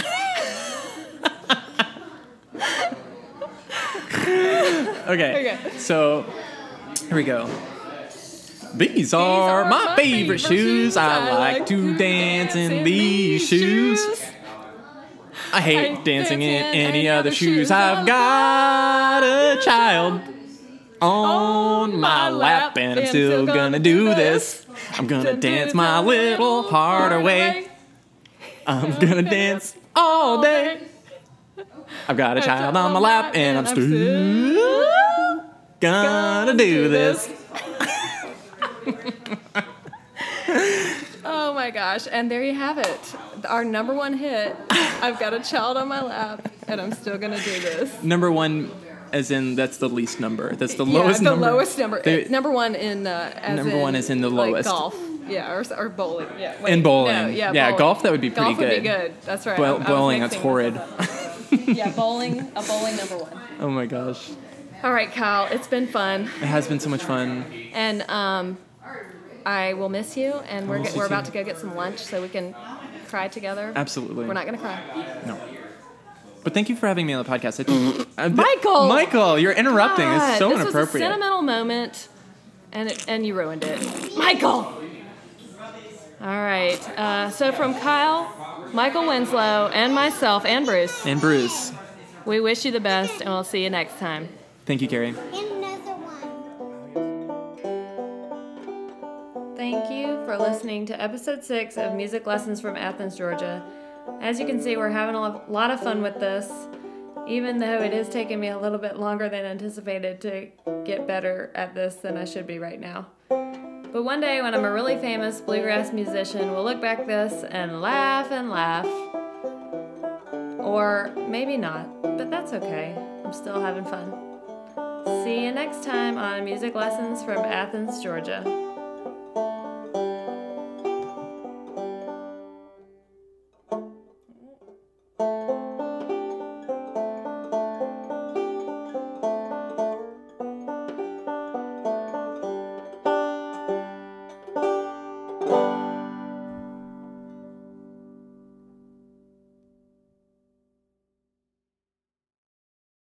Speaker 2: Okay.
Speaker 1: Okay.
Speaker 2: So here we go. These are, my, favorite, shoes. I, like to dance in these shoes. I hate
Speaker 1: I
Speaker 2: dancing in any other shoes. I've got a child on my lap, and I'm still gonna do this. I'm gonna dance my little heart away. I'm gonna dance all day. I've got a child on my lap, and I'm still gonna do this.
Speaker 1: Oh my gosh! And there you have it, our number one hit. I've got a child on my lap, and I'm still gonna do this.
Speaker 2: Number one, as in that's the least number. That's the
Speaker 1: Yeah,
Speaker 2: lowest
Speaker 1: the
Speaker 2: number.
Speaker 1: lowest number.
Speaker 2: They-
Speaker 1: It's number one in uh, as
Speaker 2: Number
Speaker 1: in,
Speaker 2: one is in the
Speaker 1: like,
Speaker 2: lowest.
Speaker 1: golf. Yeah, or, or bowling. Yeah,
Speaker 2: In bowling.
Speaker 1: No, yeah,
Speaker 2: Yeah,
Speaker 1: bowling.
Speaker 2: golf, that would be pretty
Speaker 1: Golf would be
Speaker 2: good.
Speaker 1: good. That's right.
Speaker 2: Bow-
Speaker 1: I- I was
Speaker 2: bowling, that's
Speaker 1: mixing
Speaker 2: horrid.
Speaker 1: this up. yeah, bowling. A bowling number one.
Speaker 2: oh my gosh.
Speaker 1: All right, Kyle. It's been fun,
Speaker 2: It has been so much fun.
Speaker 1: and um, I will miss you. And we're
Speaker 2: miss
Speaker 1: get,
Speaker 2: you
Speaker 1: we're
Speaker 2: too.
Speaker 1: about to go get some lunch, so we can cry together.
Speaker 2: Absolutely.
Speaker 1: We're not gonna cry.
Speaker 2: No. But thank you for having me on the podcast. It- Uh, th-
Speaker 1: Michael!
Speaker 2: Michael, you're interrupting. it's
Speaker 1: God,
Speaker 2: so
Speaker 1: this was a
Speaker 2: inappropriate.
Speaker 1: sentimental moment, and it, and you ruined it, Michael. All right. Uh, so from Kyle, Michael Winslow, and myself, and Bruce,
Speaker 2: and Bruce,
Speaker 1: we wish you the best, and we'll see you next time.
Speaker 2: thank you, Gary.
Speaker 4: And another one.
Speaker 3: Thank you for listening to episode six of Music Lessons from Athens, Georgia. As you can see, we're having a lo- lot of fun with this, even though it is taking me a little bit longer than anticipated to get better at this than I should be right now. But one day, when I'm a really famous bluegrass musician, we'll look back this and laugh and laugh. Or maybe not, but that's okay. I'm still having fun. See you next time on Music Lessons from Athens, Georgia.